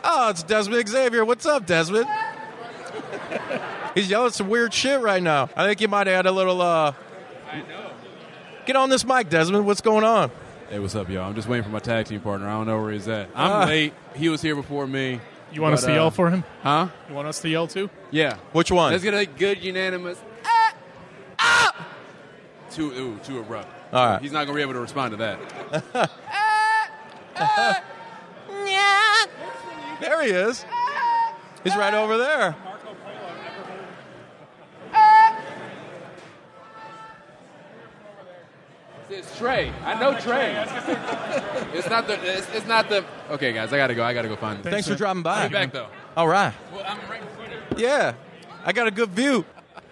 Speaker 5: Oh, it's Desmond Xavier. What's up, Desmond? He's yelling some weird shit right now. I think you might add a little. uh I know. Get on this mic, Desmond. What's going on?
Speaker 22: Hey, what's up, y'all? I'm just waiting for my tag team partner. I don't know where he's at. I'm
Speaker 5: Uh,
Speaker 8: Ah.
Speaker 22: late. He was here before me.
Speaker 8: You want us
Speaker 22: But,
Speaker 8: to
Speaker 22: uh,
Speaker 8: yell for him?
Speaker 22: Huh?
Speaker 8: You want us to yell too?
Speaker 22: Yeah.
Speaker 5: Which one?
Speaker 22: Let's get a good unanimous. Ah!
Speaker 21: uh,
Speaker 22: Ah! Too, ooh, too abrupt.
Speaker 5: All right. Uh,
Speaker 22: He's not going to be able to respond to that.
Speaker 5: There he is. He's right over there.
Speaker 22: it's Trey. I know Trey. it's not the. It's, it's not the.
Speaker 20: Oh.
Speaker 22: Okay, guys, I got to go. I got to go find him.
Speaker 5: Thanks for dropping by.
Speaker 22: I'll be back, though.
Speaker 5: All right.
Speaker 22: Well, I'm right before
Speaker 5: Yeah, I got a good view.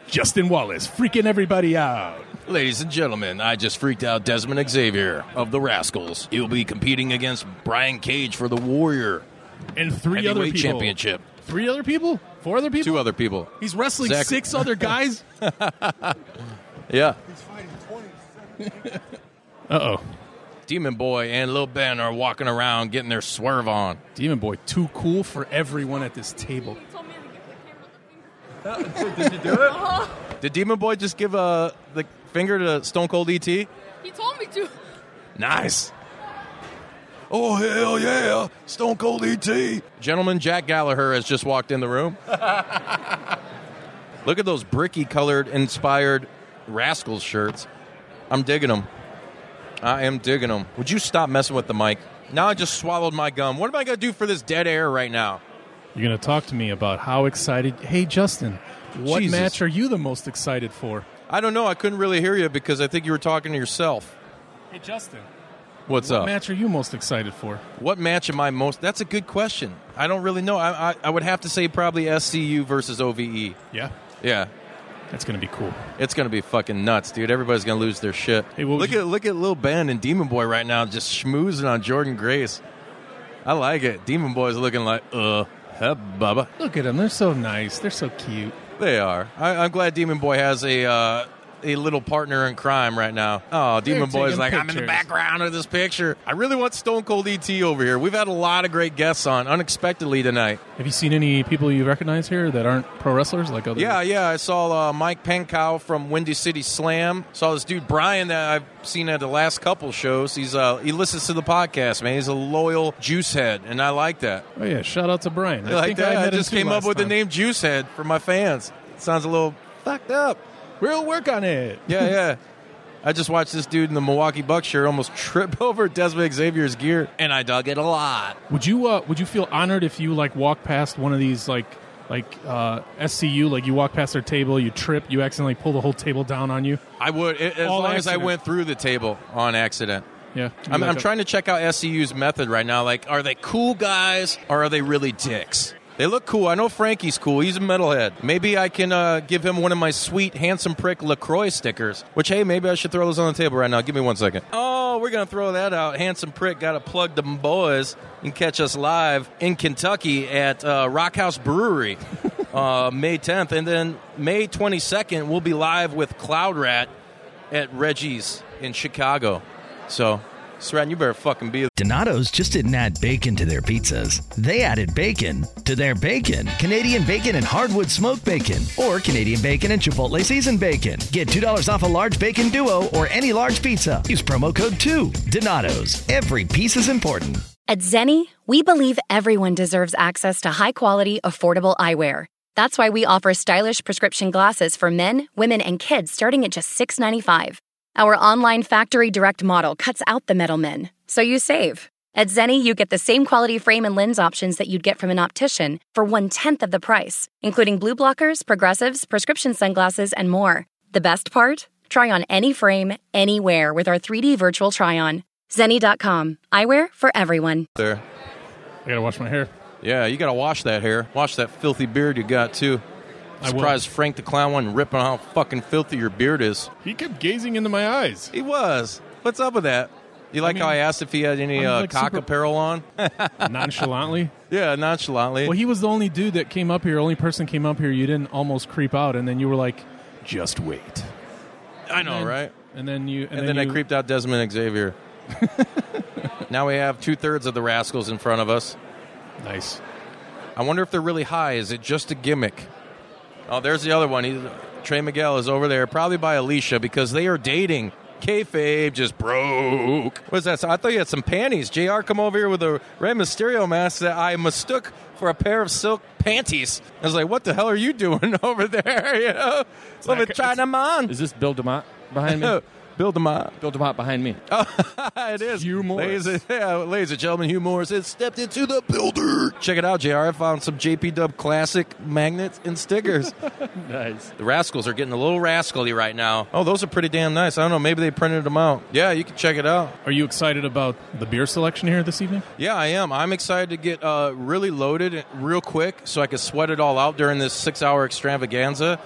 Speaker 8: Justin Wallace freaking everybody out.
Speaker 5: Ladies and gentlemen, I just freaked out Desmond Xavier of the Rascals. He'll be competing against Brian Cage for the Warrior
Speaker 8: and three other
Speaker 5: heavyweight
Speaker 8: people.
Speaker 5: championship.
Speaker 8: Three other people? Four other people?
Speaker 5: Two other people.
Speaker 8: He's wrestling
Speaker 5: Zach-
Speaker 8: six other guys.
Speaker 5: Yeah.
Speaker 8: Uh oh.
Speaker 5: Demon Boy and Lil Ben are walking around getting their swerve on.
Speaker 8: Demon Boy, too cool for everyone at this table.
Speaker 5: Did you do it? Did Demon Boy just give uh, the finger to Stone Cold ET?
Speaker 1: He told me to.
Speaker 5: Nice. Oh, hell yeah. Stone Cold E ET. Gentleman Jack Gallagher has just walked in the room. Look at those bricky colored inspired Rascals shirts. I'm digging them. I am digging them. Would you stop messing with the mic? Now I just swallowed my gum. What am I going to do for this dead air right now?
Speaker 8: You're going to talk to me about how excited. Hey, Justin, what
Speaker 5: Jesus.
Speaker 8: match are you the most excited for?
Speaker 5: I don't know. I couldn't really hear you because I think you were talking to yourself.
Speaker 8: Hey, Justin.
Speaker 5: What's
Speaker 8: what
Speaker 5: up?
Speaker 8: match are you most excited for?
Speaker 5: What match am I most? That's a good question. I don't really know. I, I, I would have to say probably SCU versus OVE.
Speaker 8: Yeah.
Speaker 5: Yeah.
Speaker 8: That's gonna be cool.
Speaker 5: It's gonna be fucking nuts, dude. Everybody's gonna lose their shit. Hey,
Speaker 8: what would
Speaker 5: look at look at Lil Ben and Demon Boy right now, just schmoozing on Jordan Grace. I like it. Demon Boy's looking like uh, huh, Bubba.
Speaker 8: Look at them. They're so nice. They're so cute.
Speaker 5: They are. I, I'm glad Demon Boy has a uh, a little partner in crime right now. Oh,
Speaker 8: They're
Speaker 5: Demon
Speaker 8: taking
Speaker 5: Boy's like I'm in the
Speaker 8: pictures.
Speaker 5: background of this picture. I really want Stone Cold ET over here. We've had a lot of great guests on unexpectedly tonight.
Speaker 8: Have you seen any people you recognize here that aren't pro wrestlers like other?
Speaker 5: Yeah, yeah. I saw uh, Mike Pankow from Windy City Slam. Saw this dude Brian that I've seen at the last couple shows. He's uh, he listens to the podcast, man. He's a loyal juice head, and I like that.
Speaker 8: Oh yeah. Shout out to Brian.
Speaker 5: I like
Speaker 8: think
Speaker 5: that.
Speaker 8: I,
Speaker 5: I,
Speaker 8: met him
Speaker 5: just
Speaker 8: too
Speaker 5: came up
Speaker 8: last
Speaker 5: with
Speaker 8: time.
Speaker 5: the name Juice Head for my fans. sounds a little fucked up.
Speaker 8: Real work on it.
Speaker 5: Yeah, yeah. I just watched this dude in the Milwaukee Bucks shirt almost trip over Desmond Xavier's gear, and I dug it a lot.
Speaker 8: Would you uh, would you feel honored if you like walk past one of these like like uh, SCU like you walk past their table you trip you accidentally pull the whole table down on you?
Speaker 5: I would, as
Speaker 8: All
Speaker 5: long as I
Speaker 8: accident.
Speaker 5: went through the table on accident.
Speaker 8: Yeah,
Speaker 5: I'm, I'm trying to check out SCU's method right now. Like, are they cool guys or are they really dicks? They look cool. I know Frankie's cool. He's a metalhead. Maybe I can uh, give him one of my sweet, handsome prick LaCroix stickers, which, hey, maybe I should throw those on the table right now. Give me one second. Oh, we're going to throw that out. Handsome prick. Got to plug them boys. You can catch us live in Kentucky at uh, Rockhouse Brewery uh, May 10th. And then May 22nd, we'll be live with Cloud Rat at Reggie's in Chicago. So, Saran, you better fucking be.
Speaker 3: Donato's just didn't add bacon to their pizzas. They added bacon to their bacon. Canadian bacon and hardwood smoked bacon, or Canadian bacon and Chipotle seasoned bacon. Get $2 off a large bacon duo or any large pizza. Use promo code 2. Donato's. Every piece is important.
Speaker 2: At Zenni, we believe everyone deserves access to high quality, affordable eyewear. That's why we offer stylish prescription glasses for men, women, and kids starting at just $6.95. Our online factory direct model cuts out the middlemen, so you save. At Zenni, you get the same quality frame and lens options that you'd get from an optician for one tenth of the price, including blue blockers, progressives, prescription sunglasses, and more. The best part? Try on any frame, anywhere with our 3D virtual try on. Zenni.com. Eyewear for everyone.
Speaker 5: There.
Speaker 8: I gotta wash my hair.
Speaker 5: Yeah, you gotta wash that hair. Wash that filthy beard you got too.
Speaker 8: will.
Speaker 5: Surprised Frank the Clown wasn't ripping on how fucking filthy your beard is.
Speaker 8: He kept gazing into my eyes.
Speaker 5: He was. What's up with that? You like how I asked if he had
Speaker 8: I'm,
Speaker 5: any uh,
Speaker 8: like,
Speaker 5: cock
Speaker 8: super-
Speaker 5: apparel on?
Speaker 8: nonchalantly.
Speaker 5: Yeah, nonchalantly.
Speaker 8: Well, he was the only dude that came up here. Only person came up here. You didn't almost creep out, and then you were like, "Just wait."
Speaker 5: I know, right?
Speaker 8: And then you. And,
Speaker 5: And, then,
Speaker 8: you-
Speaker 5: I creeped out Desmond Xavier. now we have two thirds of the rascals in front of us.
Speaker 8: Nice.
Speaker 5: I wonder if they're really high. Is it just a gimmick? Oh, there's the other one. He's, Trey Miguel is over there, probably by Alicia because they are dating. Kayfabe just broke. What's that? I thought you had some panties. Jr. come over here with a Rey Mysterio mask that I mistook for a pair of silk panties. I was like, "What the hell are you doing over there?" You know, let me try them on.
Speaker 21: Is this Bill Demott behind me?
Speaker 5: Bill Demott. Oh,
Speaker 21: Bill Demott behind me.
Speaker 5: it is. Hugh Morris. Ladies and, yeah, ladies and gentlemen, Hugh Morris has stepped into the builder. Check it out, JR. I found some JP Dub Classic magnets and stickers.
Speaker 21: nice.
Speaker 5: The Rascals are getting a little rascally right now. Oh, those are pretty damn nice. I don't know. Maybe they printed them out. Yeah, you can check it out.
Speaker 8: Are you excited about the beer selection here this evening?
Speaker 5: Yeah, I am. I'm excited to get uh, really loaded real quick so I can sweat it all out during this six hour extravaganza.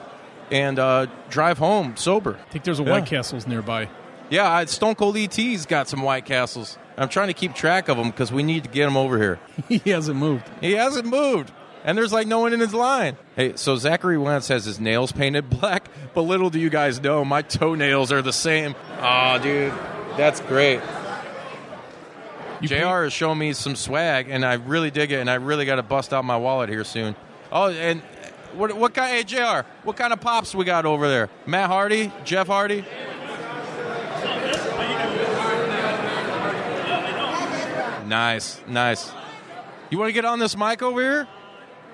Speaker 5: and uh, drive home sober. I
Speaker 8: think there's a White Castle's nearby.
Speaker 5: Yeah, I, Stone Cold ET's got some White Castles. I'm trying to keep track of them because we need to get him over here.
Speaker 8: he hasn't moved.
Speaker 5: He hasn't moved. And there's like no one in his line. Hey, so Zachary Wentz has his nails painted black, but little do you guys know, my toenails are the same. Aw, dude, that's great. JR has shown me some swag, and I really dig it, and I really got to bust out my wallet here soon. Oh, and what, what kind, hey, JR, what kind of pops we got over there? Matt Hardy? Jeff Hardy? Nice, nice. You want to get on this mic over here?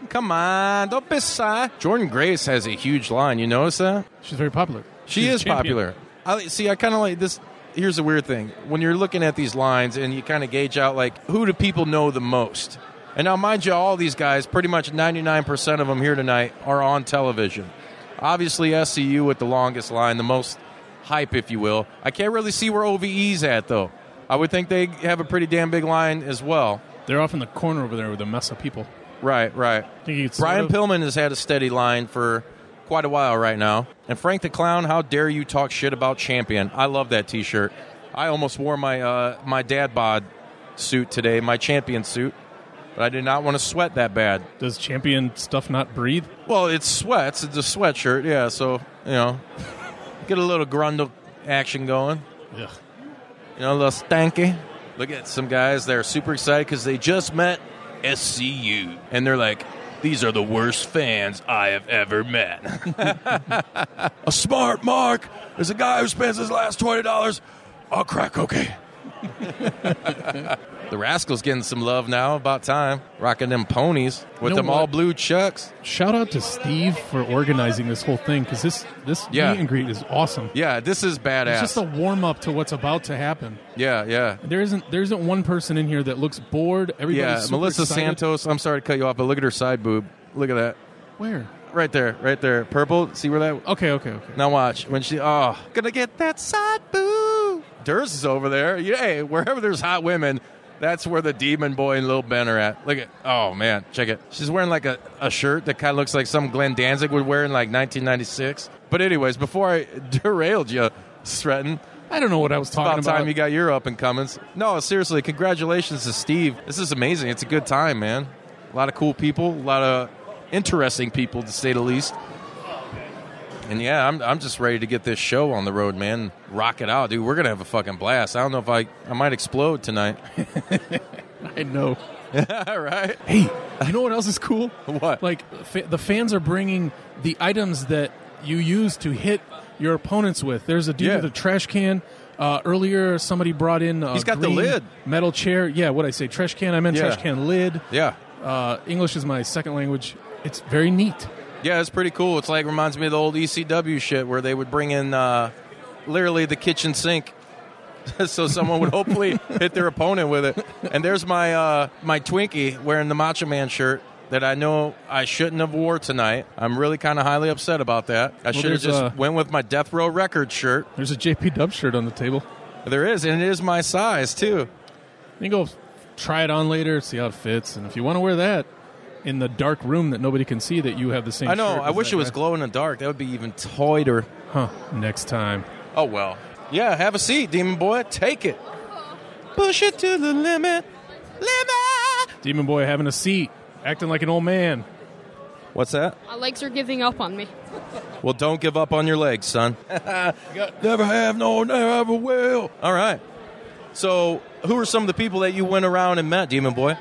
Speaker 5: Come on, don't be shy. Jordan Grace has a huge line. You notice that?
Speaker 8: She's very popular.
Speaker 5: She
Speaker 8: She's a
Speaker 5: is
Speaker 8: champion.
Speaker 5: popular. I see. I kind of like this. Here's the weird thing: when you're looking at these lines and you kind of gauge out like who do people know the most. And now, mind you, all these guys, pretty much 99% of them here tonight, are on television. Obviously, SCU with the longest line, the most hype, if you will. I can't really see where OVE's at though. I would think they have a pretty damn big line as well.
Speaker 8: They're off in the corner over there with a mess of people.
Speaker 5: Right, right. Brian Pillman has had a steady line for quite a while right now. And Frank the Clown, how dare you talk shit about champion? I love that T-shirt. I almost wore my uh, my dad bod suit today, my champion suit, but I did not want to sweat that bad.
Speaker 8: Does champion stuff not breathe?
Speaker 5: Well, it's sweats. It's a sweatshirt, yeah. So you know, get a little grundle action going.
Speaker 8: Yeah.
Speaker 5: You know, a little stanky. Look at some guys. They're super excited because they just met SCU, and they're like, "These are the worst fans I have ever met."
Speaker 6: A smart mark is a guy who spends his last twenty dollars on crack cocaine.
Speaker 5: the Rascals getting some love now. About time. Rocking them ponies with
Speaker 8: You know
Speaker 5: them
Speaker 8: what?
Speaker 5: all blue chucks.
Speaker 8: uh, Shout out to Steve for organizing this whole thing because this this
Speaker 5: Yeah.
Speaker 8: meet and greet is awesome.
Speaker 5: Yeah, this is badass.
Speaker 8: It's just a warm up to what's about to happen.
Speaker 5: yeah, yeah.
Speaker 8: There isn't there isn't one person in here that looks bored. Everybody's
Speaker 5: yeah,
Speaker 8: super
Speaker 5: Melissa
Speaker 8: excited.
Speaker 5: Santos. I'm sorry to cut you off, but look at her side boob. Look at that.
Speaker 8: Where?
Speaker 5: Right there, right there. Purple. See where that?
Speaker 8: Okay, okay, okay.
Speaker 5: Now watch when she. Oh, gonna get that side boob. Durs is over there. Yeah, hey, wherever there's hot women, that's where the demon boy and Lil Ben are at. Look at. Oh man, check it. She's wearing like a, a shirt that kind of looks like some Glenn Danzig would wear in like 1996. But anyways, before I derailed you, Stretton.
Speaker 8: I don't know what I was talking
Speaker 5: about time
Speaker 8: about.
Speaker 5: you got your up and comings. No, seriously, congratulations to Steve. This is amazing. It's a good time, man. A lot of cool people, a lot of interesting people, to say the least. And yeah, I'm, I'm just ready to get this show on the road, man. Rock it out, dude. We're gonna have a fucking blast. I don't know if I I might explode tonight.
Speaker 8: I know.
Speaker 5: right.
Speaker 8: Hey, you know what else is cool?
Speaker 5: What?
Speaker 8: Like fa- the fans are bringing the items that you use to hit your opponents with. There's a dude
Speaker 5: Yeah.
Speaker 8: with a trash can. Uh, earlier, somebody brought in. Uh,
Speaker 5: He's got the
Speaker 8: green
Speaker 5: lid.
Speaker 8: metal chair. Yeah, what I say, trash can. I meant
Speaker 5: Yeah.
Speaker 8: trash can lid.
Speaker 5: Yeah.
Speaker 8: Uh, English is my second language. It's very neat.
Speaker 5: Yeah, it's pretty cool. It's like reminds me of the old ECW shit where they would bring in uh, literally the kitchen sink, so someone would hopefully hit their opponent with it. And there's my uh, my Twinkie wearing the Macho Man shirt that I know I shouldn't have wore tonight. I'm really kind of highly upset about that. I
Speaker 8: Well,
Speaker 5: should have
Speaker 8: there's,
Speaker 5: just
Speaker 8: uh,
Speaker 5: went with my Death Row Record shirt.
Speaker 8: There's a JP Dub shirt on the table.
Speaker 5: There is, and it is my size too.
Speaker 8: You can go try it on later, see how it fits, and if you want to wear that in the dark room that nobody can see, that you have the same.
Speaker 5: I know.
Speaker 8: shirt
Speaker 5: I
Speaker 8: as
Speaker 5: wish
Speaker 8: that
Speaker 5: it was
Speaker 8: guy.
Speaker 5: glow in the dark. That would be even tighter.
Speaker 8: Huh. Next time.
Speaker 5: Oh well. Yeah, have a seat, demon boy. Take it. Push it to the limit.
Speaker 8: Demon Boy having a seat, acting like an old man.
Speaker 5: What's that?
Speaker 1: My legs are giving up on me.
Speaker 5: Well, don't give up on your legs, son. never have, no, never will. All right. So, who are some of the people that you went around and met, Demon Boy?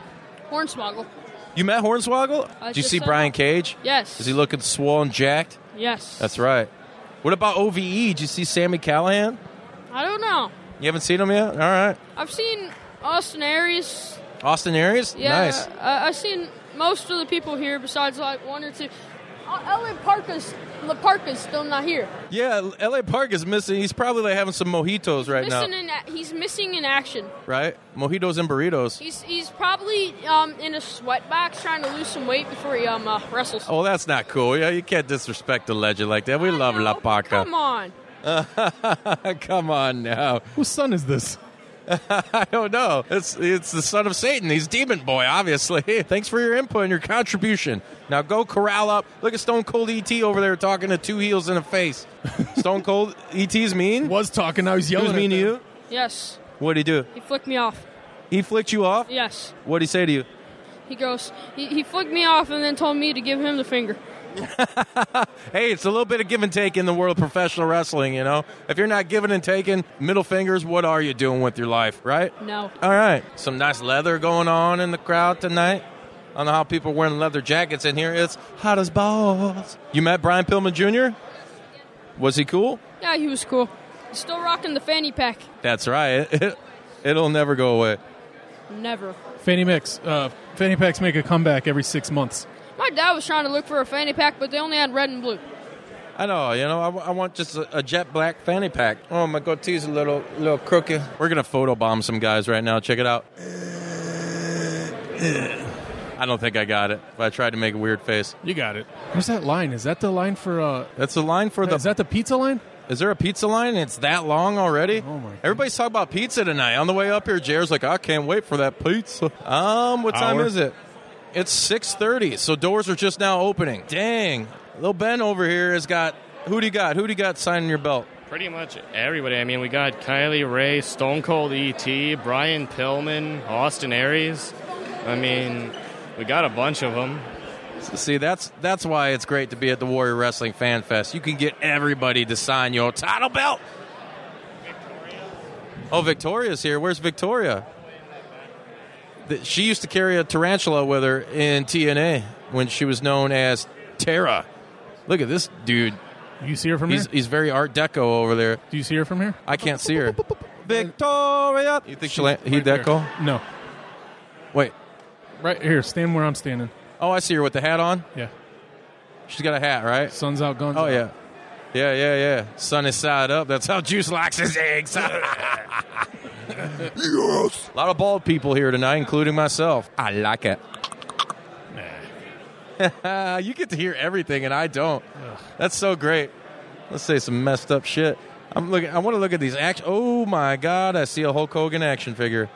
Speaker 1: Hornswoggle.
Speaker 5: You met Hornswoggle?
Speaker 1: I
Speaker 5: Did you
Speaker 1: just
Speaker 5: see
Speaker 1: saw
Speaker 5: Brian
Speaker 1: him.
Speaker 5: Cage?
Speaker 1: Yes.
Speaker 5: Is he looking swollen, jacked?
Speaker 1: Yes.
Speaker 5: That's right. What about OVE? Did you see Sammy Callahan?
Speaker 1: I don't know.
Speaker 5: You haven't seen him yet? All right.
Speaker 1: I've seen Austin Aries.
Speaker 5: Austin Aries?
Speaker 1: Yeah.
Speaker 5: Nice.
Speaker 1: I- I've seen most of the people here besides like one or two. Uh, Ellen Parker's, La Parker's still not here.
Speaker 5: Yeah, LA Park is missing. He's probably like having some mojitos right
Speaker 1: missing
Speaker 5: now.
Speaker 1: in a- he's missing in action.
Speaker 5: Right? Mojitos and burritos.
Speaker 1: He's he's probably um, in a sweat box trying to lose some weight before he um uh, wrestles.
Speaker 5: Oh, that's not cool. Yeah, you can't disrespect the legend like that. We love La Parca.
Speaker 1: Come on.
Speaker 5: Come on now.
Speaker 8: Whose son is this?
Speaker 5: I don't know. It's it's the son of Satan. He's demon boy, obviously. Thanks for your input and your contribution. Now go corral up. Look at Stone Cold ET over there talking to two heels in a face. Stone Cold ET's mean.
Speaker 8: Was talking. Now he's yelling
Speaker 5: He
Speaker 8: at
Speaker 5: was mean to
Speaker 8: them.
Speaker 5: you.
Speaker 1: Yes.
Speaker 5: What would he do?
Speaker 1: He flicked me off.
Speaker 5: He flicked you off.
Speaker 1: Yes.
Speaker 5: What would he say to you?
Speaker 1: He goes, he, he flicked me off and then told me to give him the finger.
Speaker 5: Hey, it's a little bit of give and take in the world of professional wrestling. You know, if you're not giving and taking middle fingers, what are you doing with your life, right?
Speaker 1: No.
Speaker 5: All right. Some nice leather going on in the crowd tonight. I don't know how people are wearing leather jackets in here. It's hot as balls. You met Brian Pillman Jr.? Was he cool?
Speaker 1: Yeah, he was cool. He's still rocking the fanny pack.
Speaker 5: That's right. It, will never go away.
Speaker 1: Never.
Speaker 8: Fanny mix. Uh, fanny packs make a comeback every six months.
Speaker 1: My dad was trying to look for a fanny pack, but they only had red and blue.
Speaker 5: I know, you know, I, w- I want just a, a jet black fanny pack. Oh, my goatee's a little, little crooked. We're going to photobomb some guys right now. Check it out. I don't think I got it, but I tried to make a weird face.
Speaker 8: You got it. Where's that line? Is that the line for? Uh,
Speaker 5: That's the line for the.
Speaker 8: Is that the pizza line?
Speaker 5: Is there a pizza line? It's that long already. Oh my! Everybody's talking about pizza tonight. On the way up here, Jared's like, "I can't wait for that pizza." Um, what time
Speaker 6: Hour.
Speaker 5: is it? It's six thirty. So doors are just now opening. Dang, little Ben over here has got. Who do you got? Who do you got signing your belt?
Speaker 4: Pretty much everybody. I mean, we got Kylie Ray, Stone Cold ET, Brian Pillman, Austin Aries. I mean, we got a bunch of them.
Speaker 5: See, that's that's why it's great to be at the Warrior Wrestling Fan Fest. You can get everybody to sign your title belt. Oh, Victoria's here. Where's Victoria? The- She used to carry a tarantula with her in TNA when she was known as Tara. Look at this dude.
Speaker 8: You see her from
Speaker 5: he's,
Speaker 8: here?
Speaker 5: He's very Art Deco over there.
Speaker 8: Do you see her from here?
Speaker 5: I can't see her. Victoria. You think she'll heed that call?
Speaker 8: No.
Speaker 5: Wait.
Speaker 8: Right here. Stand where I'm standing.
Speaker 5: Oh, I see her with the hat on.
Speaker 8: Yeah.
Speaker 5: She's got a hat, right?
Speaker 8: Sun's out, guns
Speaker 5: Oh,
Speaker 8: out.
Speaker 5: yeah. Yeah, yeah, yeah. Sun is side up. That's how Juice likes his eggs. A lot of bald people here tonight, including myself. I like it. you get to hear everything, and I don't. That's so great. Let's say some messed up shit. I'm looking. I want to look at these action. Oh my god! I see a Hulk Hogan action figure.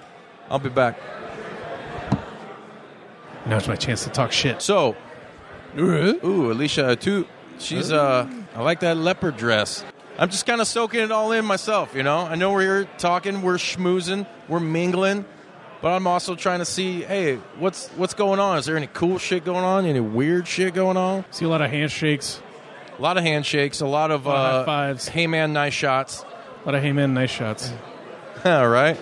Speaker 5: I'll be back.
Speaker 8: Now's my chance to talk shit.
Speaker 5: So, ooh, Alicia too. She's uh, I like that leopard dress. I'm just kind of soaking it all in myself, you know. I know we're here talking, we're schmoozing, we're mingling, but I'm also trying to see, hey, what's what's going on? Is there any cool shit going on? Any weird shit going on?
Speaker 8: See a lot of handshakes,
Speaker 5: a lot of handshakes, a lot of,
Speaker 8: A lot of
Speaker 5: uh,
Speaker 8: high fives.
Speaker 5: Hey man, nice shots.
Speaker 8: A lot of hey man, nice shots.
Speaker 5: All right.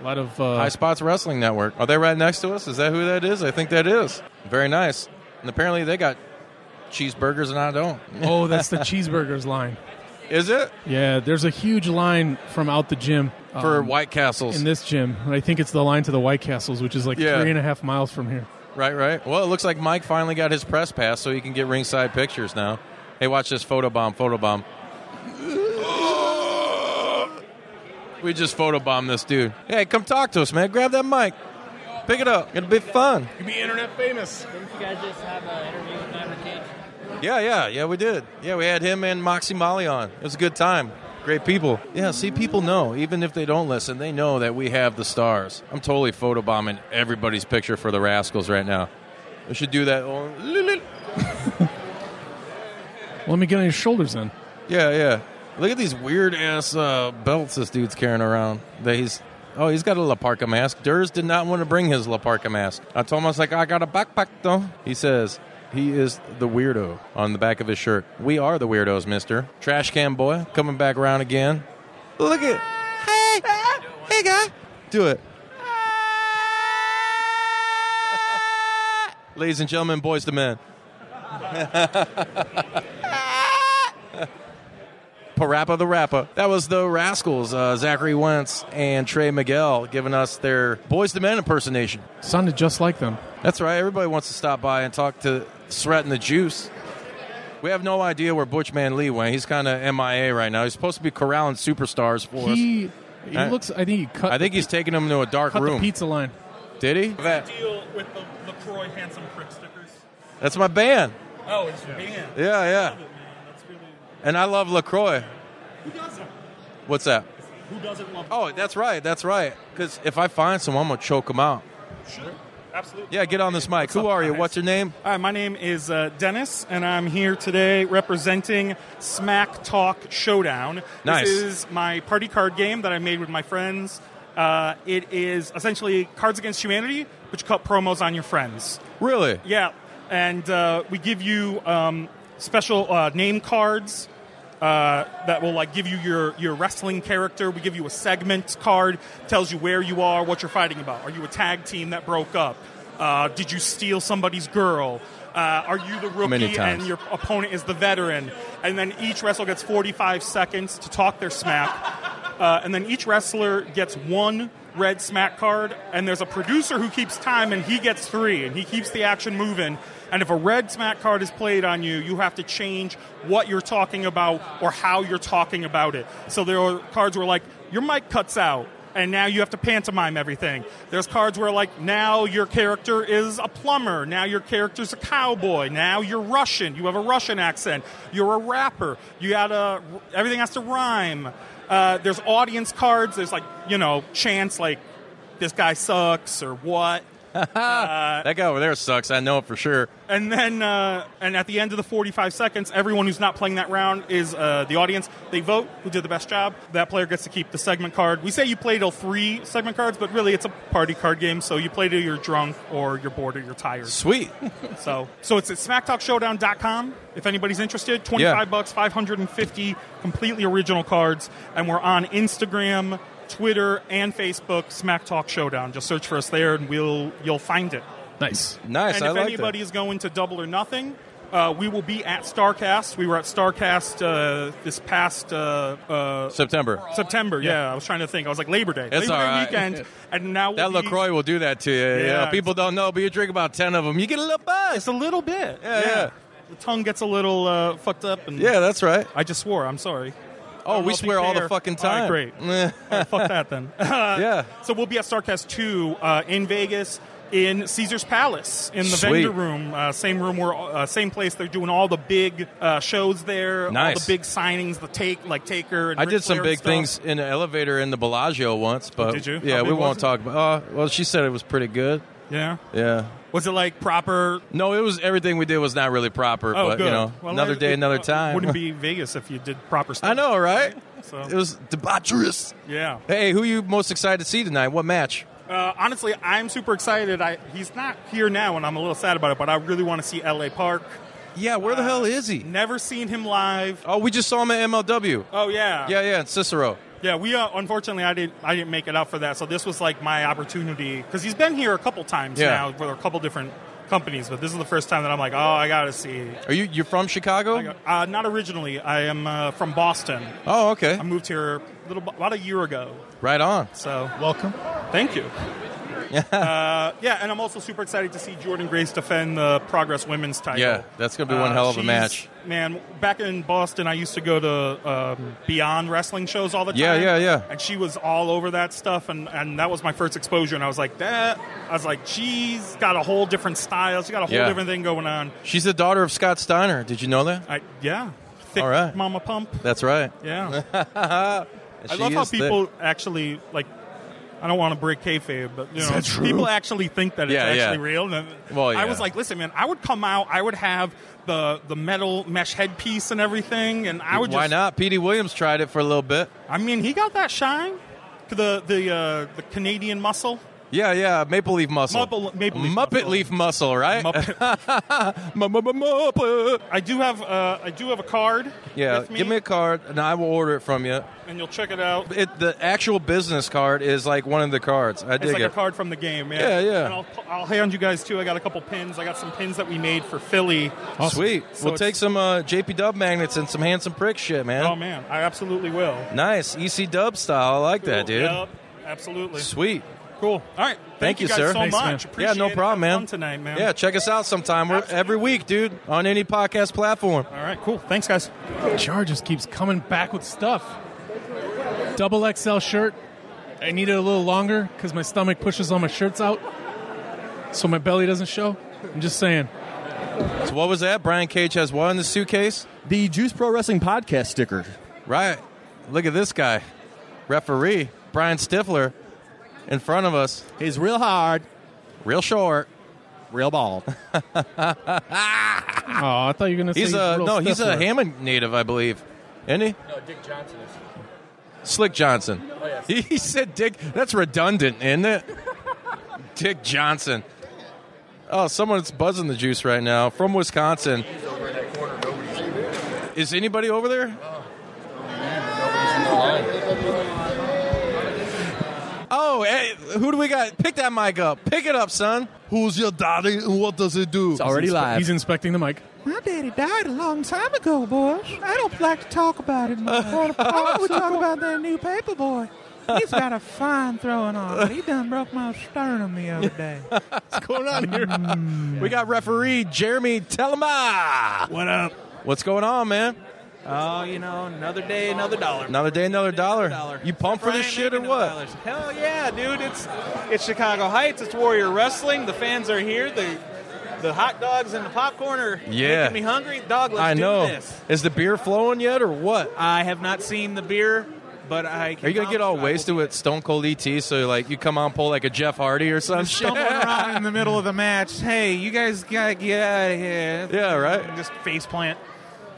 Speaker 8: A lot of uh,
Speaker 5: High Spots Wrestling Network. Are they right next to us? Is that who that is? I think that is. Very nice. And apparently they got cheeseburgers and I don't.
Speaker 8: oh, that's the cheeseburgers line.
Speaker 5: Is it?
Speaker 8: Yeah, there's a huge line from out the gym um,
Speaker 5: For White Castles.
Speaker 8: In this gym, and I think it's the line to the White Castles, which is like
Speaker 5: Yeah.
Speaker 8: three and a half miles from here.
Speaker 5: Right, right. Well, it looks like Mike finally got his press pass, so he can get ringside pictures now. Hey, watch this photobomb, photobomb. We just photobombed this dude. Hey, come talk to us, man. Grab that mic. Pick it up. It'll be fun.
Speaker 8: You'd be internet famous.
Speaker 7: Didn't you guys just have an interview with Maverick Cage?
Speaker 5: Yeah, yeah, yeah, we did. Yeah, we had him and Moxie Molly on. It was a good time. Great people. Yeah, see, people know, even if they don't listen, they know that we have the stars. I'm totally photobombing everybody's picture for the Rascals right now. We should do that.
Speaker 8: Let me get on your shoulders then.
Speaker 5: Yeah, yeah. Look at these weird ass uh, belts this dude's carrying around. That he's oh, he's got a La Parka mask. Durs did not want to bring his La Parka mask. I told him I was like, I got a backpack though. He says he is the weirdo on the back of his shirt. We are the weirdos, Mister Trash Can Boy, coming back around again. Look at hey, hey guy, do it. Ladies and gentlemen, boys to men. Parappa the Rappa. That was the Rascals, uh, Zachary Wentz and Trey Miguel, giving us their Boys to Men impersonation.
Speaker 8: Sounded just like them.
Speaker 5: That's right. Everybody wants to stop by and talk to Sret and the Juice. We have no idea where Butchman Lee went. He's kind of MIA right now. He's supposed to be corralling superstars for us.
Speaker 8: He he
Speaker 5: Uh,
Speaker 8: looks. I think he cut.
Speaker 5: I think he's taking them to a dark
Speaker 8: cut the
Speaker 5: room.
Speaker 8: pizza line.
Speaker 5: Did he? That-
Speaker 23: deal with the LaCroix handsome prick stickers?
Speaker 5: that's my band.
Speaker 23: Oh, it's your band.
Speaker 5: Yeah, yeah. And I love LaCroix.
Speaker 23: Who doesn't?
Speaker 5: What's that?
Speaker 23: Who doesn't love?
Speaker 5: Oh, that's right. That's right. Because if I find some, I'm gonna choke them out.
Speaker 23: Sure. Absolutely.
Speaker 5: Yeah, get on this mic. Who are you? What's your name?
Speaker 23: Hi, my name is uh, Dennis, and I'm here today representing Smack Talk Showdown.
Speaker 5: Nice.
Speaker 23: This is my party card game that I made with my friends. Uh, it is essentially Cards Against Humanity, but you cut promos on your friends.
Speaker 5: Really?
Speaker 23: Yeah, and uh, we give you um, special uh, name cards uh, that will like give you your, your wrestling character. We give you a segment card, tells you where you are, what you're fighting about. Are you a tag team that broke up? Uh, did you steal somebody's girl? Uh, are you the rookie
Speaker 5: Many times.
Speaker 23: and your opponent is the veteran? And then each wrestler gets 45 seconds to talk their smack. Uh, and then each wrestler gets one red smack card, and there's a producer who keeps time, and he gets three, and he keeps the action moving. And if a red smack card is played on you, you have to change what you're talking about or how you're talking about it. So there are cards where, like, your mic cuts out, and now you have to pantomime everything. There's cards where, like, now your character is a plumber, now your character's a cowboy, now you're Russian, you have a Russian accent, you're a rapper, you gotta, everything has to rhyme. Uh, there's audience cards, there's, like, you know, chants like, this guy sucks or what. Uh,
Speaker 5: That guy over there sucks. I know it for sure.
Speaker 23: and then, uh, and at the end of the 45 seconds, everyone who's not playing that round is uh, the audience. They vote who did the best job. That player gets to keep the segment card. We say you play till three segment cards, but really it's a party card game, so you play till you're drunk or you're bored or you're tired.
Speaker 5: Sweet.
Speaker 23: so, so it's at smacktalkshowdown.com if anybody's interested. 25
Speaker 5: Yeah.
Speaker 23: bucks, 550 completely original cards, and we're on Instagram. Twitter and Facebook, Smack Talk Showdown. Just search for us there, and we'll you'll find it.
Speaker 8: Nice.
Speaker 5: Nice.
Speaker 23: And
Speaker 5: I
Speaker 23: if
Speaker 5: like that.
Speaker 23: anybody is going to Double or Nothing, uh, we will be at Starcast. We were at Starcast uh, this past uh, uh,
Speaker 5: September.
Speaker 23: September, yeah. I was trying to think. I was like Labor Day,
Speaker 5: It's
Speaker 23: Labor
Speaker 5: all
Speaker 23: Day
Speaker 5: right.
Speaker 23: weekend, and now
Speaker 5: That
Speaker 23: we'll be-
Speaker 5: Lacroix will do that to you. Yeah.
Speaker 23: Yeah.
Speaker 5: People don't know, but you drink about ten of them. You get a little buzz. Just
Speaker 23: a little bit.
Speaker 5: Yeah. Yeah.
Speaker 23: The tongue gets a little uh, fucked up. And
Speaker 5: Yeah, that's right.
Speaker 23: I just swore. I'm sorry. I
Speaker 5: Oh,
Speaker 23: don't
Speaker 5: we
Speaker 23: know if you
Speaker 5: swear all the
Speaker 23: care.
Speaker 5: fucking
Speaker 23: All right,
Speaker 5: time.
Speaker 23: great. All right, fuck that then. yeah. So we'll be at Starcast 2 uh, in Vegas in Caesar's Palace in the
Speaker 5: Sweet.
Speaker 23: vendor room. Uh, same room where, uh, same place. They're doing all the big uh, shows there. All
Speaker 5: Nice.
Speaker 23: the big signings, the take, like Taker. And
Speaker 5: I
Speaker 23: Ric
Speaker 5: did some
Speaker 23: Flair and
Speaker 5: big
Speaker 23: stuff.
Speaker 5: things in an elevator in the Bellagio once, but
Speaker 23: did you?
Speaker 5: yeah,
Speaker 23: How
Speaker 5: we
Speaker 23: big was
Speaker 5: won't
Speaker 23: it?
Speaker 5: talk about. Uh, well, she said it was pretty good.
Speaker 23: Yeah.
Speaker 5: Yeah.
Speaker 23: Was it like proper?
Speaker 5: No, it was everything we did was not really proper,
Speaker 23: Oh,
Speaker 5: but
Speaker 23: good.
Speaker 5: you know,
Speaker 23: Well,
Speaker 5: another
Speaker 23: it-
Speaker 5: day,
Speaker 23: it,
Speaker 5: another
Speaker 23: uh,
Speaker 5: time.
Speaker 23: Wouldn't be Vegas if you did proper stuff.
Speaker 5: I know, right?
Speaker 23: So
Speaker 5: It was debaucherous.
Speaker 23: Yeah.
Speaker 5: Hey, who you most excited to see tonight? What match?
Speaker 23: Uh, honestly, I'm super excited. I he's not here now, and I'm a little sad about it. But I really want to see L.A. Park. Uh,
Speaker 5: Yeah, where the hell is he?
Speaker 23: Never seen him live.
Speaker 5: Oh, we just saw him at MLW.
Speaker 23: Oh yeah,
Speaker 5: Yeah, yeah, in Cicero.
Speaker 23: yeah. We uh, unfortunately, I didn't, I didn't make it out for that. So this was like my opportunity because he's been here a couple times
Speaker 5: Yeah.
Speaker 23: now with a couple different companies, but this is the first time that I'm like, oh, I gotta see.
Speaker 5: Are you you're from Chicago?
Speaker 23: Uh, not originally. I am uh, from Boston.
Speaker 5: Oh, okay.
Speaker 23: I moved here a little about a year ago.
Speaker 5: Right on.
Speaker 23: So
Speaker 5: welcome.
Speaker 23: Thank you. uh, yeah, and I'm also super excited to see Jordan Grace defend the Progress Women's title.
Speaker 5: Yeah, that's gonna be one
Speaker 23: Uh,
Speaker 5: hell of a
Speaker 23: she's-
Speaker 5: match.
Speaker 23: Man, back in Boston, I used to go to um, Beyond wrestling shows all the time.
Speaker 5: Yeah, yeah, yeah.
Speaker 23: And she was all over that stuff, and, and that was my first exposure. And I was like, that. I was like, she's got a whole different style. She got a whole
Speaker 5: Yeah.
Speaker 23: different thing going on.
Speaker 5: She's the daughter of Scott Steiner. Did you know that?
Speaker 23: I, yeah, thick
Speaker 5: All right.
Speaker 23: mama pump.
Speaker 5: That's right.
Speaker 23: Yeah. I
Speaker 5: She
Speaker 23: love how
Speaker 5: is thick.
Speaker 23: people actually like. I don't want to break kayfabe, but you
Speaker 5: Is
Speaker 23: know,
Speaker 5: that true?
Speaker 23: people actually think that it's
Speaker 5: Yeah, yeah.
Speaker 23: actually real. And
Speaker 5: Well,
Speaker 23: I
Speaker 5: yeah.
Speaker 23: was like, listen, man, I would come out, I would have the the metal mesh headpiece and everything, and I would.
Speaker 5: Why
Speaker 23: just,
Speaker 5: not? Petey Williams tried it for a little bit.
Speaker 23: I mean, he got that shine, the the uh, the Canadian muscle.
Speaker 5: Yeah, yeah, maple leaf muscle.
Speaker 23: Maple- maple leaf
Speaker 5: Muppet
Speaker 23: muscle.
Speaker 5: leaf muscle, right?
Speaker 23: I do have uh, I do have a card.
Speaker 5: yeah,
Speaker 23: with me,
Speaker 5: give me a card and I will order it from you.
Speaker 23: and you'll check it out.
Speaker 5: It, the actual business card is like one of the cards. I
Speaker 23: It's
Speaker 5: dig
Speaker 23: like
Speaker 5: it.
Speaker 23: a card from the game.
Speaker 5: Yeah,
Speaker 23: Yeah,
Speaker 5: yeah.
Speaker 23: And I'll, I'll hand you guys too. I got a couple pins. I got some pins that we made for Philly.
Speaker 5: Sweet.
Speaker 23: So
Speaker 5: we'll
Speaker 23: it's-
Speaker 5: take some uh, JP Dub magnets and some handsome prick shit, man.
Speaker 23: Oh man, I absolutely will.
Speaker 5: Nice. EC Dub style. I like that, dude.
Speaker 23: Yep, absolutely.
Speaker 5: Sweet.
Speaker 23: Cool. All right. Thank,
Speaker 5: Thank,
Speaker 23: you, guys
Speaker 5: sir.
Speaker 23: so much.
Speaker 5: Yeah,
Speaker 23: Appreciate
Speaker 5: no
Speaker 23: it.
Speaker 5: problem,
Speaker 23: Have
Speaker 5: man.
Speaker 23: fun tonight, man.
Speaker 5: Yeah, check us out sometime. We're every week, dude, on any podcast platform.
Speaker 23: All right, cool. Thanks, guys.
Speaker 8: Char just keeps coming back with stuff. Double XL shirt. I need it a little longer because my stomach pushes all my shirts out, so my belly doesn't show. I'm just saying.
Speaker 5: So what was that? Brian Cage has what in the suitcase?
Speaker 10: The Juice Pro Wrestling podcast sticker.
Speaker 5: Right. Look at this guy. referee Brian Stifler in front of us.
Speaker 24: He's real hard,
Speaker 5: real short,
Speaker 24: real bald.
Speaker 5: oh, I
Speaker 8: thought you were gonna say
Speaker 5: He's
Speaker 8: he's
Speaker 5: a
Speaker 8: real
Speaker 5: no. He's a
Speaker 8: Stifler.
Speaker 5: Hammond native, I believe. Isn't he?
Speaker 25: No, Dick Johnson is.
Speaker 5: Slick Johnson.
Speaker 25: Oh, yes.
Speaker 5: He said Dick. That's redundant, isn't it? Dick Johnson. Oh, someone's buzzing the juice right now from Wisconsin. Is anybody over there? Oh, hey, who do we got? Pick that mic up. Pick it up, son. Who's your daddy and what does he do? It's
Speaker 8: He's inspe- He's inspecting the mic.
Speaker 11: My daddy died a long time ago, boys. I don't like to talk about it much. I would talk about that new paper boy. He's got a fine throwing arm, but he done broke my sternum the other Mm. day.
Speaker 5: What's going on here? we got referee Jeremy Telema. What up? What's going on, man?
Speaker 11: Oh, you know, another day, another dollar.
Speaker 5: Another day, another dollar.
Speaker 11: dollar.
Speaker 5: You pumped for this shit or what?
Speaker 11: Hell yeah, dude! It's it's Chicago Heights. It's Warrior Wrestling. The fans are here. The the hot dogs and the popcorn are
Speaker 5: Yeah.
Speaker 11: making me hungry. Dog, let's
Speaker 5: I
Speaker 11: do
Speaker 5: know.
Speaker 11: this.
Speaker 5: Is the beer flowing yet or what?
Speaker 11: I have not seen the beer, but I can
Speaker 5: Are you gonna get all wasted with Stone Cold ET? So like you come on, pull like a Jeff Hardy or some shit.
Speaker 11: stumbling around in the middle of the match. Hey, you guys gotta get out of here.
Speaker 5: Yeah, right.
Speaker 11: Just face plant.